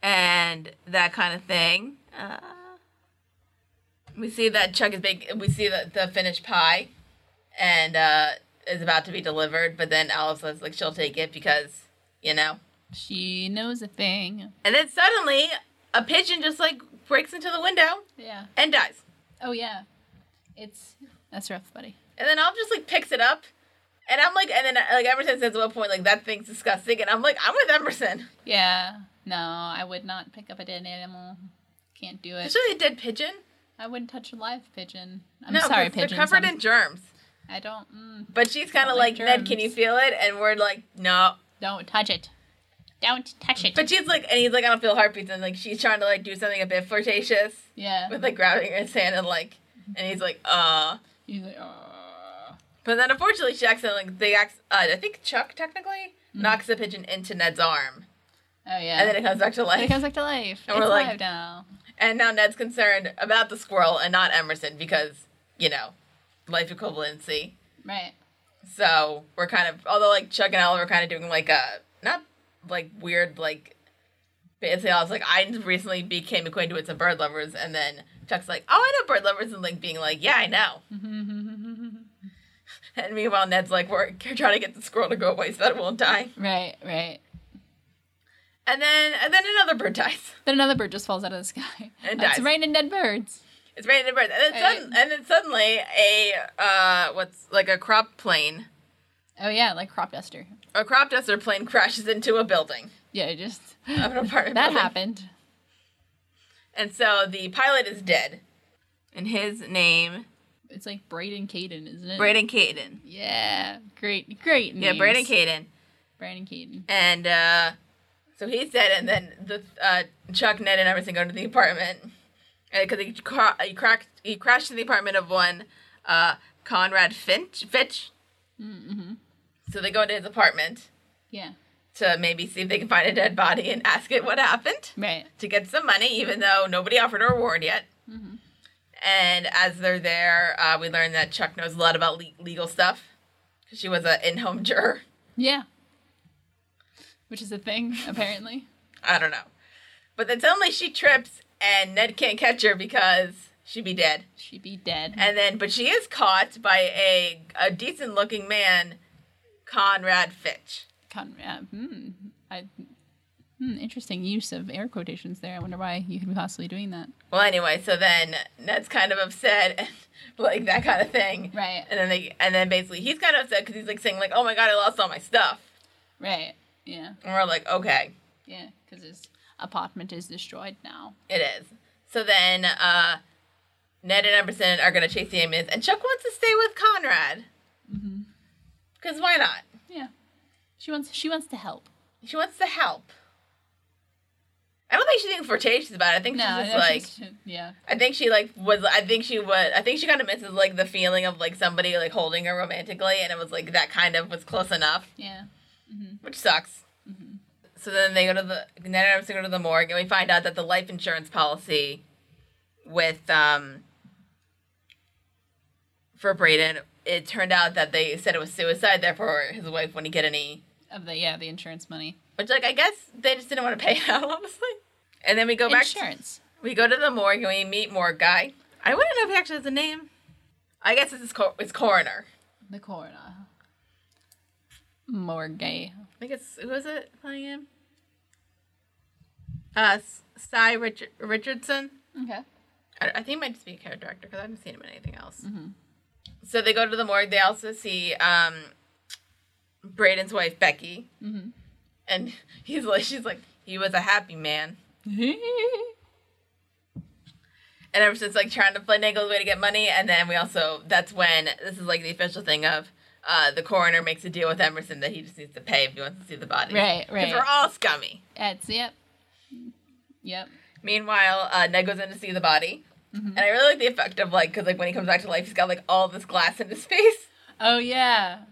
and that kind of thing uh, we see that chuck is big we see the, the finished pie and uh, is about to be delivered but then olive says like she'll take it because you know
She knows a thing.
and then suddenly a pigeon just like breaks into the window
Yeah.
and dies
Oh yeah. It's that's rough, buddy.
And then I'll just like picks it up. And I'm like, and then like Emerson says at one point, like that thing's disgusting, and I'm like, I'm with Emerson.
Yeah. No, I would not pick up a dead animal. Can't do it.
Especially a dead pigeon.
I wouldn't touch a live pigeon. I'm
'cause
sorry,
they're
pigeons.
covered
I'm-
in germs.
I don't. Mm,
But she's kind of
Like
like, Ned, can you
germs.
feel it? And we're like, no.
don't touch it. Don't touch it.
But she's like, and he's like, I don't feel heartbeats, and like she's trying to like do something a bit flirtatious
yeah.
with like grabbing his hand and like, and he's like, uh.
He's like, "Aw."
But then unfortunately, she accidentally, like, they, acc- uh, I think Chuck technically knocks the pigeon into Ned's arm,
Oh Mm-hmm. yeah.
and then it comes back to life.
But it comes back to life.
And
it's
we're like-
alive now.
And now Ned's concerned about the squirrel and not Emerson because, you know, life equivalency.
Right.
So we're kind of, although like Chuck and Oliver are kind of doing like a, not like weird, like, basically I was like, I recently became acquainted with some bird lovers. And then Chuck's like, oh, I know bird lovers. And like being like, yeah, I know. And meanwhile, Ned's like, we're trying to get the squirrel to go away so that it won't die.
right. Right.
And then, and then another bird dies.
Then another bird just falls out of the sky.
And
It's
dies.
raining dead birds.
It's raining birds, and then, sudden, and then suddenly a uh, what's like a crop plane,
Oh yeah, like crop duster.
a crop duster plane crashes into a building
Yeah, it just
of an apartment.
that
building.
happened.
and so the pilot is dead, and his name
It's like Braden Caden, isn't it?
Braden Caden.
Yeah, great, great.
Yeah,
names.
Braden Caden,
Braden Caden.
and uh, so he's dead, and then the uh, Chuck, Ned, and everything go to the apartment because he cra- he cracked he crashed in the apartment of one uh, Conrad Finch Fitch.
Mm-hmm.
So they go into his apartment.
Yeah.
to maybe see if they can find a dead body and ask it what happened
Right.
to get some money, even though nobody offered a reward yet.
Mhm.
And as they're there, uh, we learn that Chuck knows a lot about le- legal stuff because she was an in home juror.
Yeah. Which is a thing, apparently.
I don't know. But then suddenly she trips and Ned can't catch her because she'd be dead.
She'd be dead.
And then, but she is caught by a, a decent looking man, Conrad Fitch.
Conrad. Hmm. I. Hmm, interesting use of air quotations there. I wonder why you could be possibly doing that.
Well, anyway, so then Ned's kind of upset and like that kind of thing.
Right.
And then they, and then basically he's kind of upset because he's like saying like, "Oh my god, I lost all my stuff,"
Right. Yeah.
and we're like, "Okay,
Yeah. Because his apartment is destroyed now.
it is." So then uh, Ned and Emerson are gonna chase the ambulance, and Chuck wants to stay with Conrad Mm-hmm.
hmm
because why not?
Yeah. She wants. She wants to help.
She wants to help. I don't think she's being flirtatious about it. I think
No.
she's
I
just like,
just- yeah.
I think she like was, I think she was, I think she kind of misses like the feeling of like somebody like holding her romantically, and it was like that kind of was close enough.
Yeah.
which sucks. So then they go to the Ned and Emerson go to the morgue, and we find out that the life insurance policy with um for Braden, it turned out that they said it was suicide, therefore his wife wouldn't get any
of the yeah the insurance money.
which like I guess they just didn't want to pay it out, honestly. And then we go back to,
insurance.
we go to the morgue and we meet morgue guy. I wouldn't know if he actually has a name. I guess it's his cor- it's coroner.
The coroner. Morgue.
I think it's who is it playing him? Uh, S- Cy Rich- Richardson.
Okay.
I, I think it might just be a character actor because I haven't seen him in anything else.
Mm-hmm.
So they go to the morgue. They also see um, Braden's wife Becky,
Mhm.
and he's like, she's like, he was a happy man, and ever since like trying to play Nagel's way to get money, and then we also that's when this is like the official thing of. Uh, the coroner makes a deal with Emerson that he just needs to pay if he wants to see the body.
Right, right.
Because we're all scummy.
That's yep. Yep. Mm-hmm.
Meanwhile, uh, Ned goes in to see the body, and I really like the effect of like because like when he comes back to life, he's got like all this glass in his face.
Oh yeah.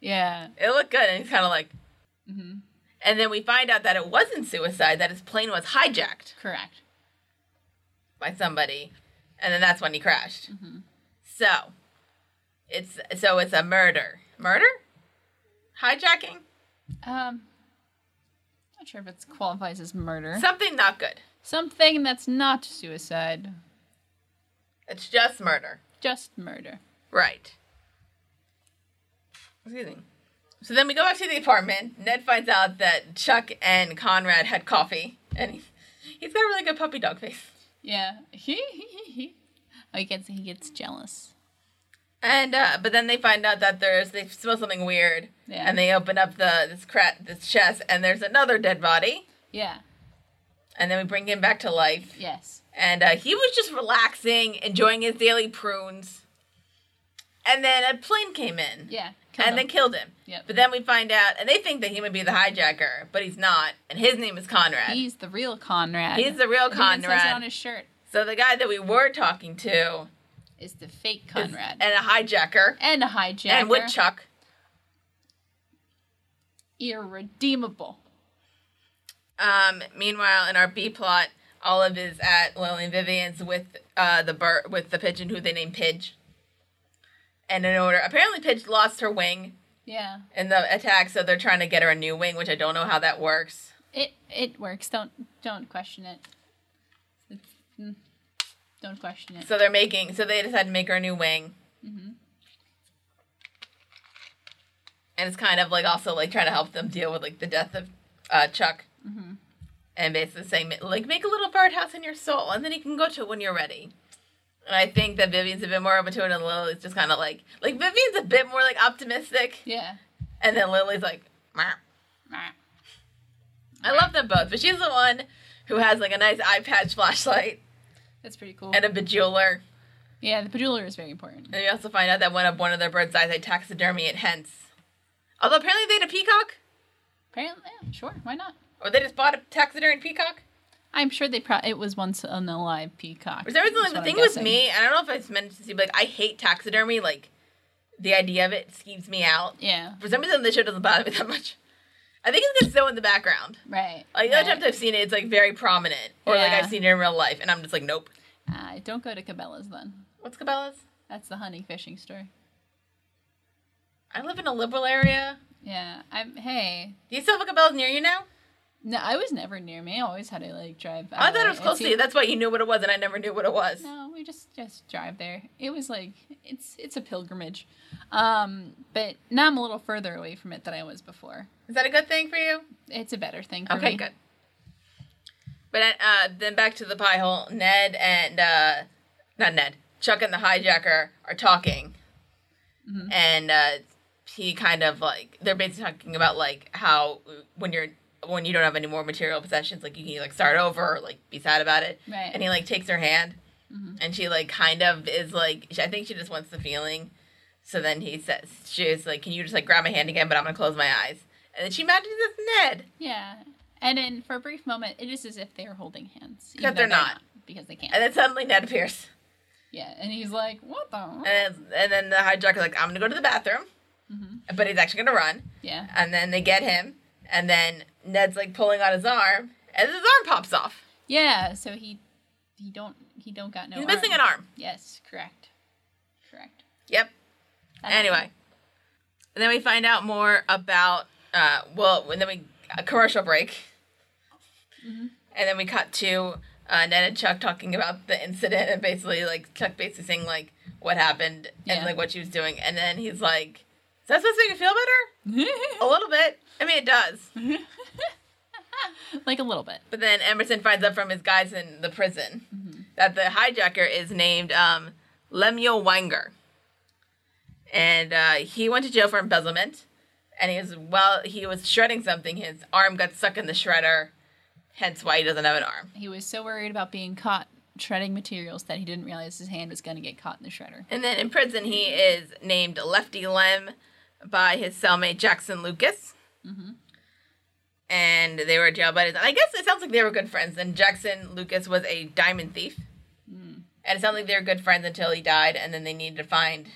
Yeah.
It looked good, and he's kind of like.
Mhm.
And then we find out that it wasn't suicide; that his plane was hijacked
Correct.
by somebody, and then that's when he crashed. So, it's so it's a murder, murder, hijacking,
Um not sure if it qualifies as murder.
something not good.
Something that's not suicide,
It's just murder,
just murder.
right? Excuse me. So then we go back to the apartment. Ned finds out that Chuck and Conrad had coffee, and he's, he's got a really good puppy dog face.
Yeah. oh, he gets he gets jealous.
And uh, but then they find out that there's they smell something weird,
Yeah.
and they open up the this cra- this chest, and there's another dead body.
Yeah.
And then we bring him back to life,
Yes.
and uh, he was just relaxing, enjoying his daily prunes. And then a plane came in,
Yeah.
and then killed him.
Yep.
But then we find out, and they think that he would be the hijacker, but he's not, and his name is Conrad.
he's the real Conrad.
He's the real
It even says it on
Conrad.
his shirt
So the guy that we were talking to, is-
is the fake Conrad
and a hijacker,
and a hijacker
and Woodchuck.
irredeemable.
Um, meanwhile, in our B plot, Olive is at Lily and Vivian's with uh, the bird with the pigeon who they named Pidge. And in order, apparently Pidge lost her wing
Yeah.
in the attack, so they're trying to get her a new wing, which I don't know how that works.
It it works. Don't don't question it. It's, mm, don't question it.
So they're making, so they decided to make her a new wing. And it's kind of like also like trying to help them deal with like the death of uh, Chuck. And basically saying like make a little birdhouse in your soul, and then you can go to it when you're ready. And I think that Vivian's a bit more open to it, and Lily's just kind of like like Vivian's a bit more like optimistic,
Yeah. Ah,
and then Lily's like. "Meow."
Meh.
I love them both, but she's the one who has like a nice eye patch flashlight
That's pretty cool.
and a bejeweler.
yeah, the bejeweler is very important.
And we also find out that one of one of their bird's eyes they taxidermy it hence. Although apparently they had a peacock,
Apparently, yeah, sure. Why not?
or they just bought a taxidermy peacock.
I'm sure they pro- it was once an alive peacock.
For some reason,
is
like, the
what
thing
I'm
with
guessing.
me, and I don't know if it's meant to see, but like I hate taxidermy. Like the idea of it skeeves me out.
Yeah.
For some reason, this show doesn't bother me that much. I think it's because it's so in the background.
Right.
Like the other
right.
times I've seen it, it's like very prominent, or like
Yeah.
I've seen it in real life, and I'm just like, nope.
Ah, don't go to Cabela's then.
What's Cabela's?
That's the hunting fishing store.
I live in a liberal area.
Yeah. I'm. Hey.
Do you still have a Cabela's near you now? Oh,
No, I was never near me. I always had to like drive.
I thought
out.
it was close
It's
to you. That's why you knew what it was, and I never knew what it was.
No, we just just drive there. It was like it's it's a pilgrimage, um, but now I'm a little further away from it than I was before.
Is that a good thing for you?
It's a better thing. For
Okay,
me.
good. But uh, then back to the pie hole. Ned and uh, not Ned, Chuck and the hijacker are talking, and uh, he kind of like they're basically talking about like how when you're when you don't have any more material possessions, like you can like start over or like be sad about it.
Right.
And he like takes her hand, and she like kind of is like she- I think she just wants the feeling. So then he says she was like, "Can you just like grab my hand again?" But I'm gonna close my eyes. And then she imagines it's Ned.
Yeah, and then for a brief moment, it is as if they are holding hands, even
Because
though
they're not.
because they can't.
And then suddenly Ned appears.
yeah, and he's like, "What the?"
And then, and then the hijacker's like, I'm going to go to the bathroom. But he's actually going to run.
yeah,
And then they get him. And then Ned's like pulling on his arm. And his arm pops off.
yeah. So he he don't he don't got no.
He's missing an arm.
Yes, correct, correct.
Yep.
That
Anyway,
happened.
and then we find out more about uh, well, and then we a commercial break, and then we cut to uh, Ned and Chuck talking about the incident and basically like Chuck basically saying like what happened and
Yeah.
like what she was doing, and then he's like, "Is that supposed to make you feel better?" A little bit. I mean, it does.
like a little bit.
But then Emerson finds out from his guys in the prison that the hijacker is named um, Lemuel Wenger. And uh, he went to jail for embezzlement. And he was, well, he was shredding something. His arm got stuck in the shredder, hence why he doesn't have an arm.
He was so worried about being caught shredding materials that he didn't realize his hand was going to get caught in the shredder.
And then in prison, he is named Lefty Lem by his cellmate Jackson Lucas. And they were jail buddies. And I guess it sounds like they were good friends. And Jackson Lucas was a diamond thief. And it sounds like they were good friends until he died. And then they needed to find.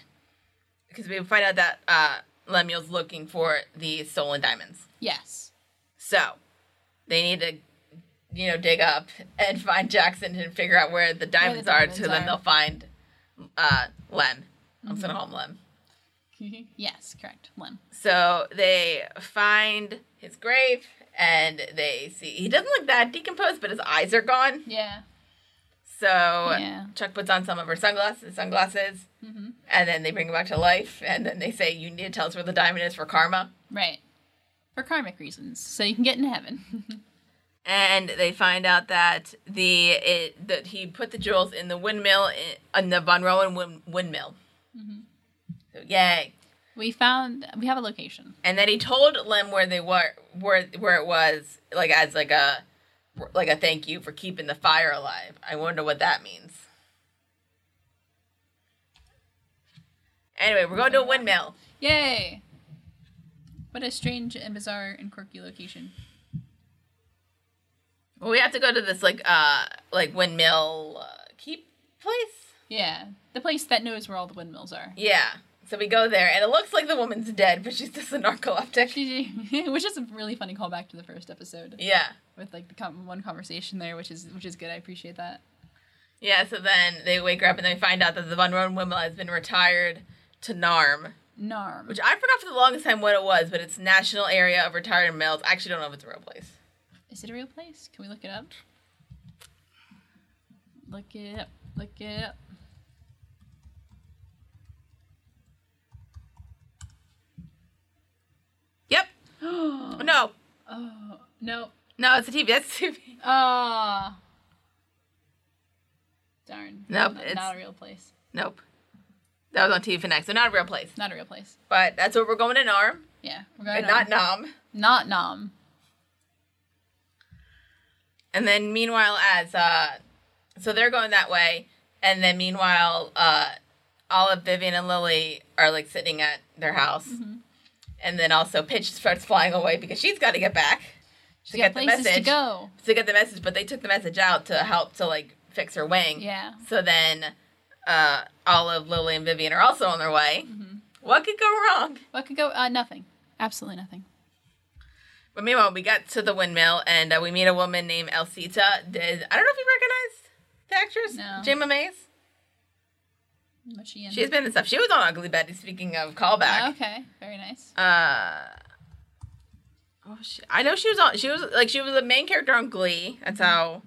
Because we find out that uh, Lemuel's looking for the stolen diamonds.
Yes.
So they need to, you know, dig up and find Jackson and figure out where the diamonds,
diamonds
are. Mm-hmm. So then
are.
they'll find uh, Lem. I'm just gonna call him Lem.
Mm-hmm. yes, correct. Lim.
So they find his grave and they see he doesn't look that decomposed, but his eyes are gone.
Yeah.
So
Yeah.
Chuck puts on some of her sunglasses, sunglasses,
Mm-hmm.
and then they bring him back to life. And then they say, "You need to tell us where the diamond is for karma."
Right. For karmic reasons, so you can get into heaven.
and they find out that the it, that he put the jewels in the windmill in, in the von Rowan win, windmill. So yay!
we found we have a location.
And then he told Lem where they were, where where it was, like as like a like a thank you for keeping the fire alive. I wonder what that means. Anyway, we're going to a windmill.
Yay! What a strange and bizarre and quirky location.
We have to go to this like uh like windmill uh, keep place.
Yeah, the place that knows where all the windmills are.
Yeah. So we go there, and it looks like the woman's dead, but she's just a narcoleptic.
which is a really funny callback to the first episode
Yeah.
with like the com- one conversation there, which is which is good. I appreciate that.
Yeah, so then they wake her up and they find out that the Von Rowan windmill has been retired to NARM,
Narm.
which I forgot for the longest time what it was, but it's National Area of Retired Males. I actually don't know if it's a real place.
Is it a real place? Can we look it up? Look it up. Look it up.
Yep.
oh
No.
no.
No, it's a TV. That's a TV.
Ah. Darn.
Nope,
Not,
it's-
not a real place.
Nope. That was on TV for next, so not a real place.
Not a real place.
But that's where we're going to NARM,
Yeah, we're
and
going
not
on.
NOM.
not nom.
And then meanwhile, as uh, so they're going that way, and then meanwhile, uh, Olive, Vivian, and Lily are like sitting at their house,
Mm-hmm.
and then also Pitch starts flying away because she's got to get back
She
get
got
the
places to
message.
go.
to get the message. But they took the message out to help to like fix her wing.
Yeah.
So then, uh, Olive, Lily, and Vivian are also on their way.
Mm-hmm.
What could go wrong?
What could go? Uh, nothing. Absolutely nothing.
But meanwhile, we got to the windmill and uh, we meet a woman named Elsita. Did I don't know if you recognize the actress,
No.
Gemma Mays.
What's she in?
She's been in stuff. She was on Ugly Betty. Speaking of callback,
okay. Very nice.
uh, oh, she, I know she was on. She was like she was the main character on Glee. That's how.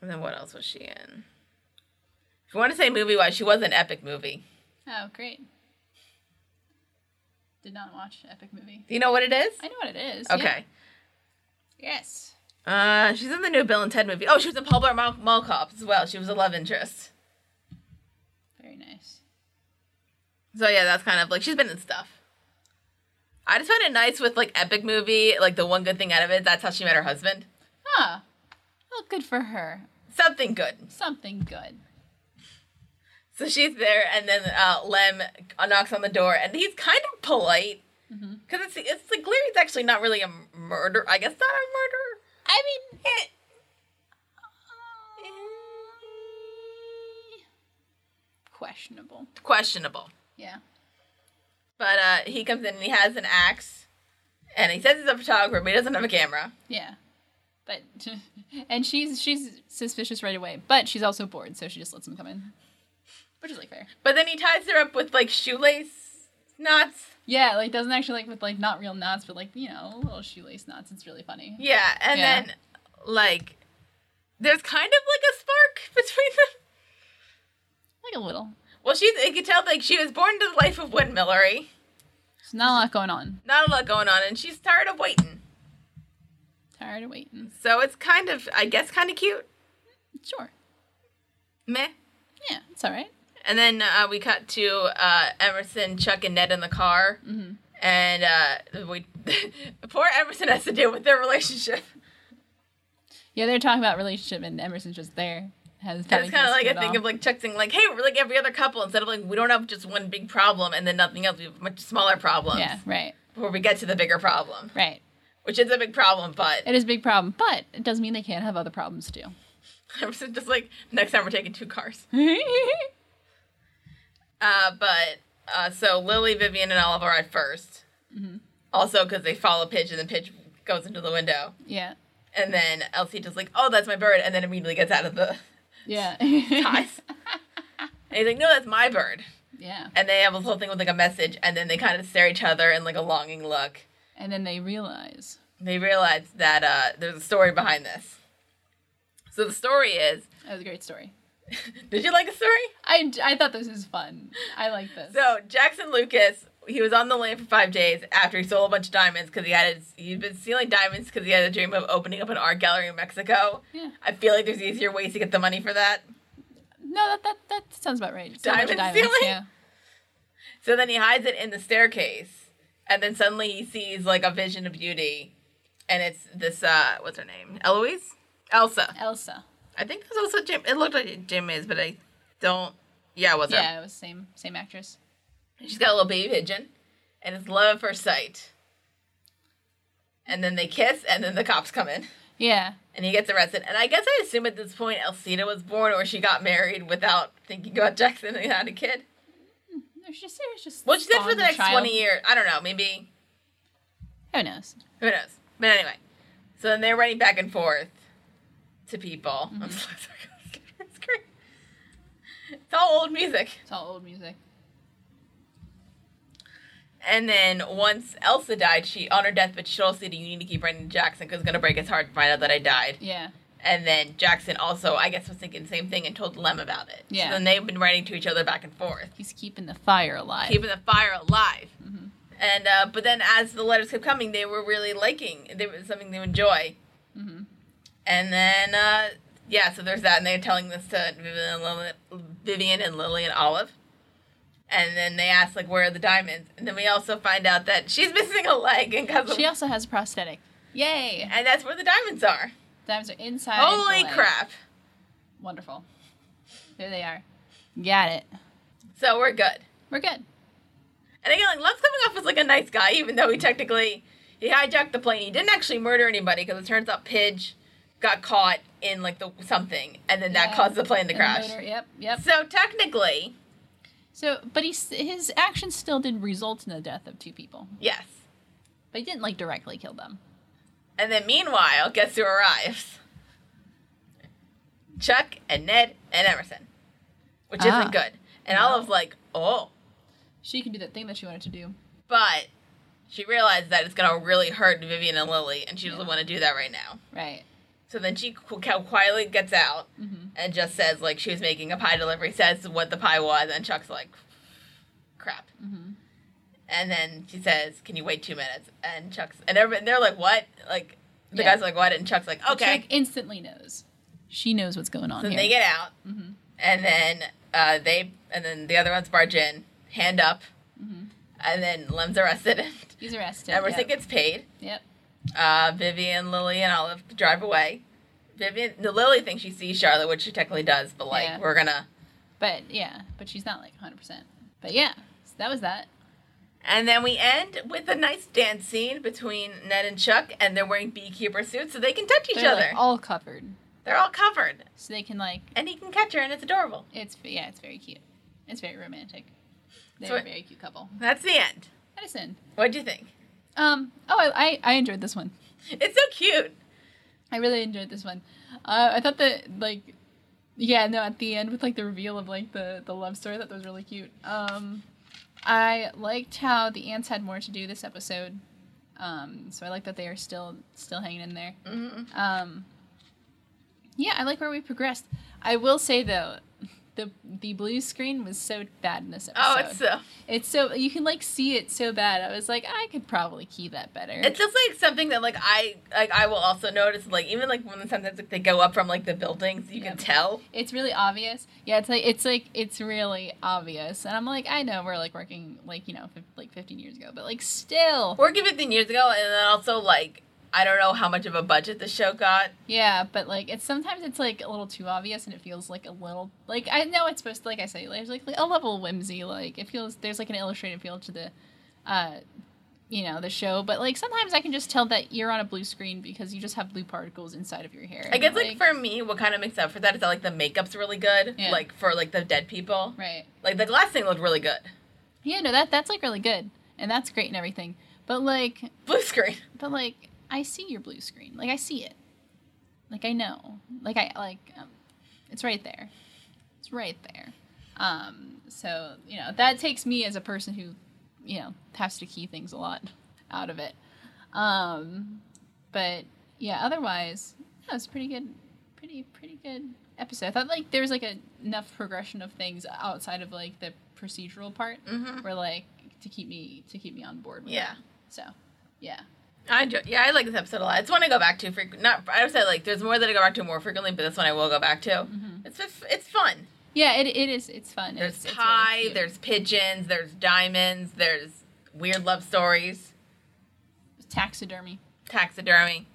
And then what else was she in? If you want to say movie wise, she was an epic movie.
Oh, great. Did not watch epic movie.
Do you know what it is?
I know what it is. yeah.
Okay.
Yes.
Uh, she's in the new Bill and Ted movie. Oh, she was in Paul Blart Mall, Mall Cops as well. She was a love interest.
Very nice.
So yeah, that's kind of like she's been in stuff. I just found it nice with like epic movie. Like the one good thing out of it, that's how she met her husband.
Ah. Well, good for her.
Something good.
Something good.
So she's there, and then uh, Lem knocks on the door, and he's kind of polite because it's it's like Larry's actually not really a murder. I guess not a murderer.
I mean,
Eh,
questionable.
questionable,
Yeah.
but uh, he comes in and he has an axe, and he says he's a photographer, but he doesn't have a camera.
Yeah. But and she's she's suspicious right away, but she's also bored, so she just lets him come in, which is like fair.
But then he ties her up with like shoelace knots.
Yeah, like doesn't actually like with like not real knots, but like you know little shoelace knots. It's really funny.
Yeah, and
Yeah.
then like there's kind of like a spark between them.
Like a little.
Well, she you could tell like she was born to the life of windmillery.
There's not a lot going on.
Not a lot going on, and she's tired of waiting.
Tired of waiting.
So it's kind of, I guess, kind of cute.
Sure.
Meh.
Yeah, it's all right.
And then uh, we cut to uh, Emerson, Chuck, and Ned in the car,
Mhm.
and uh, we poor Emerson has to deal with their relationship.
Yeah, they're talking about relationship, and Emerson's just there. Has
That's kind of like I think of
Like,
like Chuck saying like, "Hey, we're like every other couple," instead of like we don't have just one big problem and then nothing else. We have much smaller problems
yeah, right,
before we get to the bigger problem,
right.
which is a big problem. But
It is a big problem, but it doesn't mean they can't have other problems too.
Emerson just like next time we're taking two cars.
yeah,
Uh, but uh, so Lily, Vivian, and Oliver are at 1st Also, because they follow Pidge and then Pidge goes into the window. And then Elsie just like, oh, that's my bird, and then immediately gets out of the
yeah,
ties. and he's like, no, that's my bird.
yeah.
And they have this whole thing with like a message, and then they kind of stare each other in like a longing look.
And then they realize
They realize that uh, there's a story behind this. So the story is,
that was a great story.
did you like the story?
I, I thought this was fun. I like this.
So Jackson Lucas, he was on the land for five days after he stole a bunch of diamonds because he had his, he'd been stealing diamonds because he had a dream of opening up an art gallery in Mexico.
yeah.
I feel like there's easier ways to get the money for that.
No, that that, that sounds about right. So
Diamond
much diamonds,
stealing?
Yeah.
So then he hides it in the staircase, and then suddenly he sees like a vision of beauty, and it's this uh, what's her name? Eloise, Elsa.
Elsa.
I think that's also Jim. It looked like Jim is, but I don't. Yeah, it was her.
Yeah, it was same same actress.
She's got a little baby pigeon, and it's love at first sight. And then they kiss, and then the cops come in,
Yeah.
and he gets arrested. And I guess I assume at this point Elsita was born, or she got married without thinking about Jackson and had a kid.
No, she just, she was just
Well, she did for
spawned
the
a
next
child.
twenty years. I don't know, maybe
Who knows?
who knows. But anyway, so then they're running back and forth to people.
Mm-hmm.
I'm so sorry. It's great. It's all old music.
It's all old music.
And then once Elsa died, she on her deathbed she told City, "You need to keep writing to Jackson because it's gonna break his heart to find out that I died."
Yeah.
And then Jackson also, I guess, was thinking the same thing and told Lem about it.
Yeah.
So then they've been writing to each other back and forth,
He's keeping the fire alive.
keeping the fire alive.
Mhm.
And uh, but then as the letters kept coming, they were really liking. They was something they enjoy.
hmm
And then uh, yeah, so there's that, and they're telling this to Vivian and Lily, Vivian and Lily and Olive. And then they ask like, "Where are the diamonds?" And then we also find out that she's missing a leg, and because of
She also has a prosthetic. Yay!
and that's where the diamonds are.
Diamonds are inside. the
Holy
leg.
crap!
Wonderful. There they are. Got it.
So we're good.
We're good.
And again, like Love's coming off as like a nice guy, even though he technically he hijacked the plane. He didn't actually murder anybody because it turns out Pidge got caught in like the something, and then that
Yeah.
caused the plane to
And
crash.
motor- Yep, yep.
So technically,
So, but he, s- his actions still did result in the death of two people.
yes.
But he didn't, like, directly kill them.
And then meanwhile, guess who arrives? Chuck and Ned and Emerson, which
Ah.
isn't good. And
No.
Olive's like, oh,
She can do that thing that she wanted to do.
but she realized that it's gonna really hurt Vivian and Lily, and she doesn't
Yeah.
want to do that right now.
Right.
So then she qu- qu- quietly gets out
hmm
and just says like she was making a pie delivery, says what the pie was, and Chuck's like, crap.
hmm
And then she says, "Can you wait two minutes?" And Chuck's and everybody they're like, "What?" Like the
Yeah.
guys are like, "What?" And Chuck's like, "Okay."
Jack instantly knows. She knows what's going on
So
here.
they get out,
Mhm.
and then uh, they and then the other ones barge in, hand up,
Mhm.
and then Lem's arrested.
He's arrested.
Emerson
yep.
gets paid.
Yep.
Uh, Vivian, Lily, and Olive drive away. Vivian, the Lily thinks she sees Charlotte, which she technically does, but like
Yeah.
we're gonna.
But, yeah. But she's not, like, 100%. But, yeah. So that was that.
And then we end with a nice dance scene between Ned and Chuck, and they're wearing beekeeper suits, so they can touch each
They're,
other.
like, all covered.
they're all covered,
So they can, like,
and he can catch her, and it's adorable.
It's yeah, it's very cute. It's very romantic. They're
So-
a very cute couple.
That's the end.
Edison.
What do you think?
Um. Oh, I I, I enjoyed this one.
It's so cute.
I really enjoyed this one. Uh, I thought that like, yeah, no, at the end with like the reveal of like the the love story, I thought that was really cute. Um, I liked how the ants had more to do this episode. Um, so I like that they are still still hanging in there.
Mhm.
Um, yeah, I like where we progressed. I will say though, the the blue screen was so bad in this episode.
Oh, it's so.
It's so you can like see it so bad. I was like, I could probably key that better.
It's just like something that like I like I will also notice like even like when sometimes like, they go up from like the buildings you can
Yeah.
tell
It's really obvious. Yeah, it's like it's like it's really obvious. And I'm like, I know we're like working like you know fif- like 15 years ago, but like still,
we're 15 years ago and then also like I don't know how much of a budget the show got
yeah. But like it's sometimes it's like a little too obvious, and it feels like a little like I know it's supposed to like I say there's like, like a level of whimsy. Like it feels there's like an illustrated feel to the, uh, you know the show. But like sometimes I can just tell that you're on a blue screen because you just have blue particles inside of your hair.
I guess like for me what kind of makes up for that is that like the makeup's really good
Yeah.
like for like the dead people
right.
like the glass thing looked really good
Yeah, no, that that's like really good, and that's great and everything. But like
blue screen
But like, I see your blue screen. Like, I see it. Like, I know. Like, I like. Um, it's right there. It's right there. Um, so you know that takes me as a person who, you know, has to key things a lot out of it. Um, but yeah, otherwise, that was pretty good. Pretty pretty good episode. I thought like there was like a, enough progression of things outside of like the procedural part
hmm
where like to keep me to keep me on board. With
yeah
it. So yeah.
I enjoy, yeah I like this episode a lot it's one I go back to frequent not I would say like there's more that I go back to more frequently but this one I will go back to
Mhm.
it's just, it's fun
Yeah, it, it is. It's fun.
There's
it's, it's really
pie,
cute.
there's pigeons, there's diamonds, there's weird love stories,
taxidermy.
taxidermy.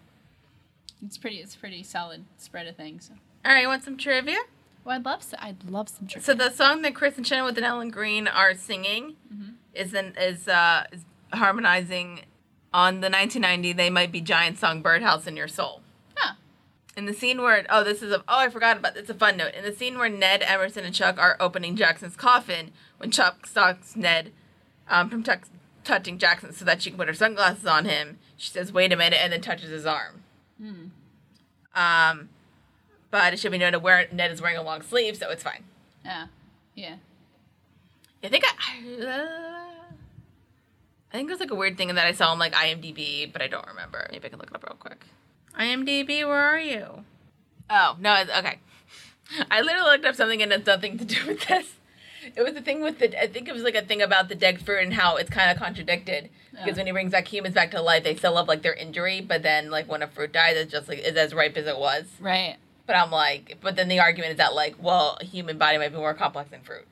It's pretty. It's pretty solid spread of things.
All right, want some trivia?
Well, I'd love. s I'd love some trivia.
So the song that Chris and Shannon with and Ellen Green are singing
Mhm.
is an, is uh, is harmonizing on the 1990 "They Might Be Giants" song "Birdhouse in Your Soul."
Huh.
In the scene where oh this is a oh I forgot about it's a fun note. In the scene where Ned Emerson and Chuck are opening Jackson's coffin, when Chuck stops Ned um, from tuck touching Jackson so that she can put her sunglasses on him, she says wait a minute and then touches his arm.
Mm.
Um, but it should be noted where Ned is wearing a long sleeve, so it's fine.
Yeah. Yeah.
I think I. Uh, I think there's like a weird thing that I saw on like IMDb, but I don't remember. Maybe I can look it up real quick. IMDb, where are you? Oh no, it's, okay. I literally looked up something and it's nothing to do with this. It was the thing with the. I think it was like a thing about the dead fruit and how it's kind of contradicted because
Yeah.
when he brings back humans back to life, they still love like their injury, but then like when a fruit dies, it's just like it's as ripe as it was.
Right.
But I'm like, but then the argument is that like, well, a human body might be more complex than fruit.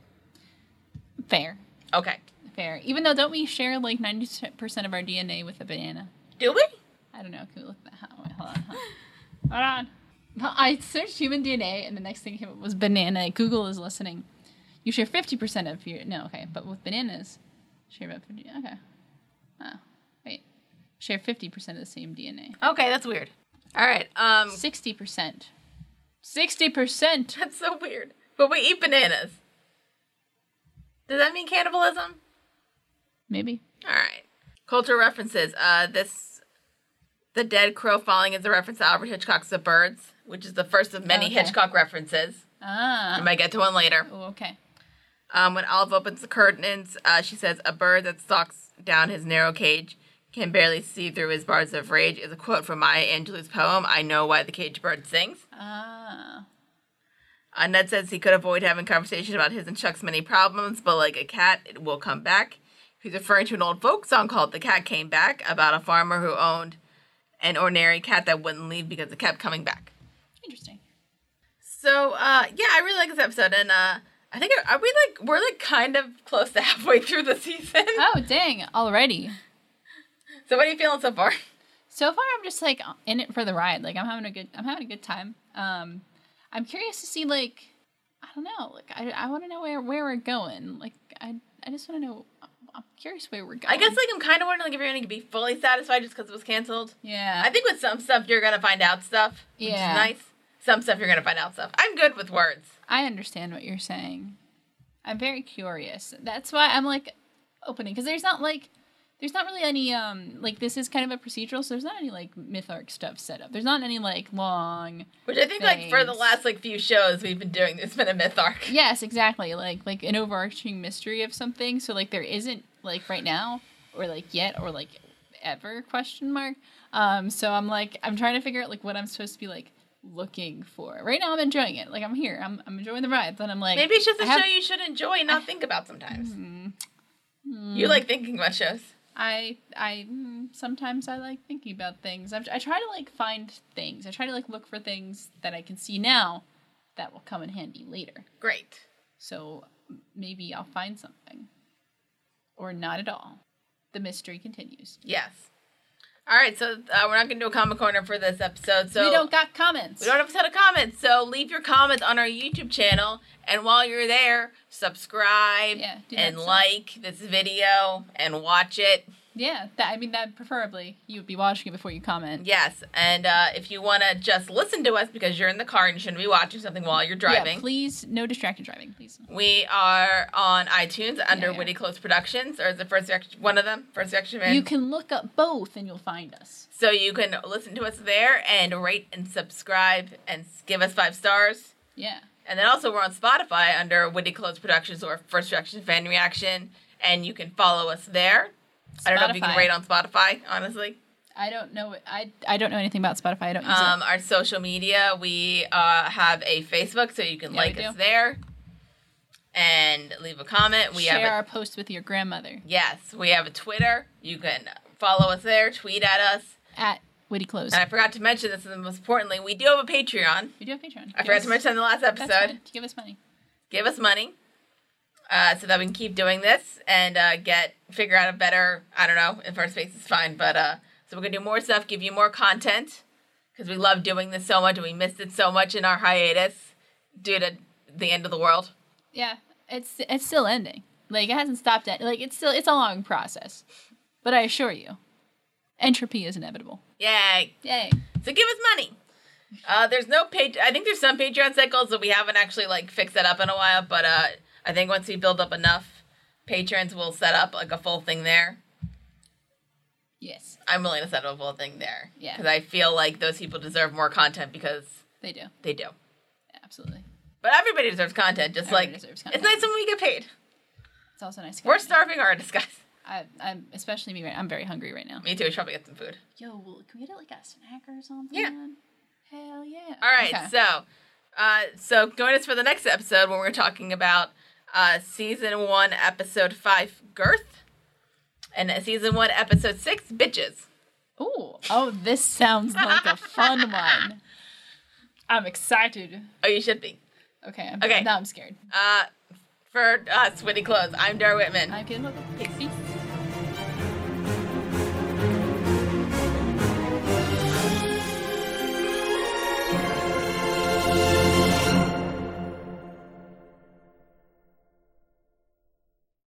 Fair.
Okay,
Fair. Even though, don't we share like ninety percent of our DNA with a banana?
do we?
I don't know. Can we look that? Hold on. Hold on. Hold on. I searched human DNA, and the next thing that came up was banana. Google is listening. You share fifty percent of your no, okay, but with bananas, share about fifty. Okay. Oh, wait. Share fifty percent of the same DNA.
Okay, that's weird. All right. Um,
Sixty percent. Sixty percent.
that's so weird. But we eat bananas. Does that mean cannibalism?
Maybe.
All right. Cultural references. Uh, this, the dead crow falling is a reference to Alfred Hitchcock's *The Birds*, which is the first of many
Okay.
Hitchcock references. I
Ah.
might get to one later.
Oh, okay.
Um, when Olive opens the curtains, uh, she says, "A bird that stalks down his narrow cage can barely see through his bars of rage." Is a quote from Maya Angelou's poem "I Know Why the Caged Bird Sings."
Ah.
Uh, Ned says he could avoid having conversations about his and Chuck's many problems, but like a cat, it will come back. He's referring to an old folk song called The Cat Came Back about a farmer who owned an ordinary cat that wouldn't leave because it kept coming back.
Interesting.
So, uh, yeah, I really like this episode, and uh, I think are we like we're like kind of close to halfway through the season.
Oh dang! Already.
So, what are you feeling so far?
so far i'm just like in it for the ride like i'm having a good i'm having a good time um i'm curious to see like i don't know like i, I want to know where where we're going like i i just want to know i'm curious where we're going
I guess like I'm kind of wondering like, if you're going to be fully satisfied just because it was canceled.
yeah
I think with some stuff you're going to find out stuff, which
Yeah.
is nice. Some stuff you're going to find out stuff. I'm good with words.
I understand what you're saying. I'm very curious. That's why I'm like opening because there's not like there's not really any um like this is kind of a procedural, so there's not any like myth arc stuff set up. There's not any like long
Which I think, like, for the
Thanks.
last like few shows we've been doing, there's been a myth arc.
Yes, exactly. Like like an overarching mystery of something. So like there isn't like right now or like yet or like ever question mark. Um so I'm like I'm trying to figure out like what I'm supposed to be like looking for. Right now I'm enjoying it. Like I'm here. I'm I'm enjoying the ride. Then I'm like
Maybe it's just a
I have-
show you should enjoy and not think about sometimes.
Mm,
You like thinking about shows.
I I mm, sometimes I like thinking about things. I'm, I try to like find things. I try to like look for things that I can see now that will come in handy later.
Great.
So m- maybe I'll find something. Or not at all. The mystery continues.
Yes. All right, so uh, we're not going to do a comment corner for this episode. So
we don't got comments.
We don't have a ton of comments, so leave your comments on our YouTube channel. And while you're there, subscribe
Yeah, do that
and
stuff.
like this video and watch it.
yeah, that, I mean that preferably you would be watching it before you comment.
Yes, and uh, if you want to just listen to us because you're in the car and you shouldn't be watching something while you're driving,
Yeah, please no distracted driving, please.
we are on iTunes under
Yeah, yeah.
Witty Close Productions, or is it First Reaction? One of them, First Reaction Man.
You can look up both and you'll find us.
so you can listen to us there and rate and subscribe and give us five stars.
Yeah.
And then also we're on Spotify under Witty Clothes Productions or First Reaction Fan Reaction, and you can follow us there. I don't know if you can
Spotify.
rate on Spotify, honestly.
I don't know I I don't know anything about Spotify. I don't use
Um, our social media, we uh, have a Facebook, so you can
Yeah, we
like us
do.
there and leave a comment.
it.
We
Share
have a,
our post with your grandmother
yes, we have a Twitter. You can follow us there, tweet at us.
at Witty Close.
And I forgot to mention this, and most importantly, we do have a Patreon.
we do have Patreon.
I forgot to mention in the last
that's
episode.
fine. To give us money.
give us money uh, so that we can keep doing this and uh, get figure out a better i don't know in first space is fine but uh, so we're gonna do more stuff give you more content because we love doing this so much and we missed it so much in our hiatus due to the end of the world
Yeah, it's it's still ending. Like it hasn't stopped at like it's still it's a long process. But I assure you, entropy is inevitable.
yay
Yay.
so give us money uh, there's no page i think there's some patreon cycles that we haven't actually like fixed that up in a while but uh, i think once we build up enough patrons will set up like a full thing there
Yes,
I'm willing to settle a full thing there.
Yeah.
Because I feel like those people deserve more content because
they do.
they do.
Absolutely.
But everybody deserves content. Just
Everybody
like
deserves
it's
content.
nice when we get paid.
It's also nice.
We're
starting.
starving artists, guys.
I, I'm especially me right. I'm very hungry right now.
Me too. We should probably get some food.
Yo, well, can we get like a snack or something?
Yeah.
Hell yeah.
All right.
Okay.
So, uh, so join us for the next episode when we're talking about uh, season one, episode five, girth, and uh, season one, episode six, bitches.
Ooh. Oh, this sounds like a fun one. I'm excited.
Oh, you should be.
Okay. I'm,
Okay.
Now I'm scared.
Uh, for us, Witty Clothes. I'm Dar Whitman.
I'm getting a little
Peace.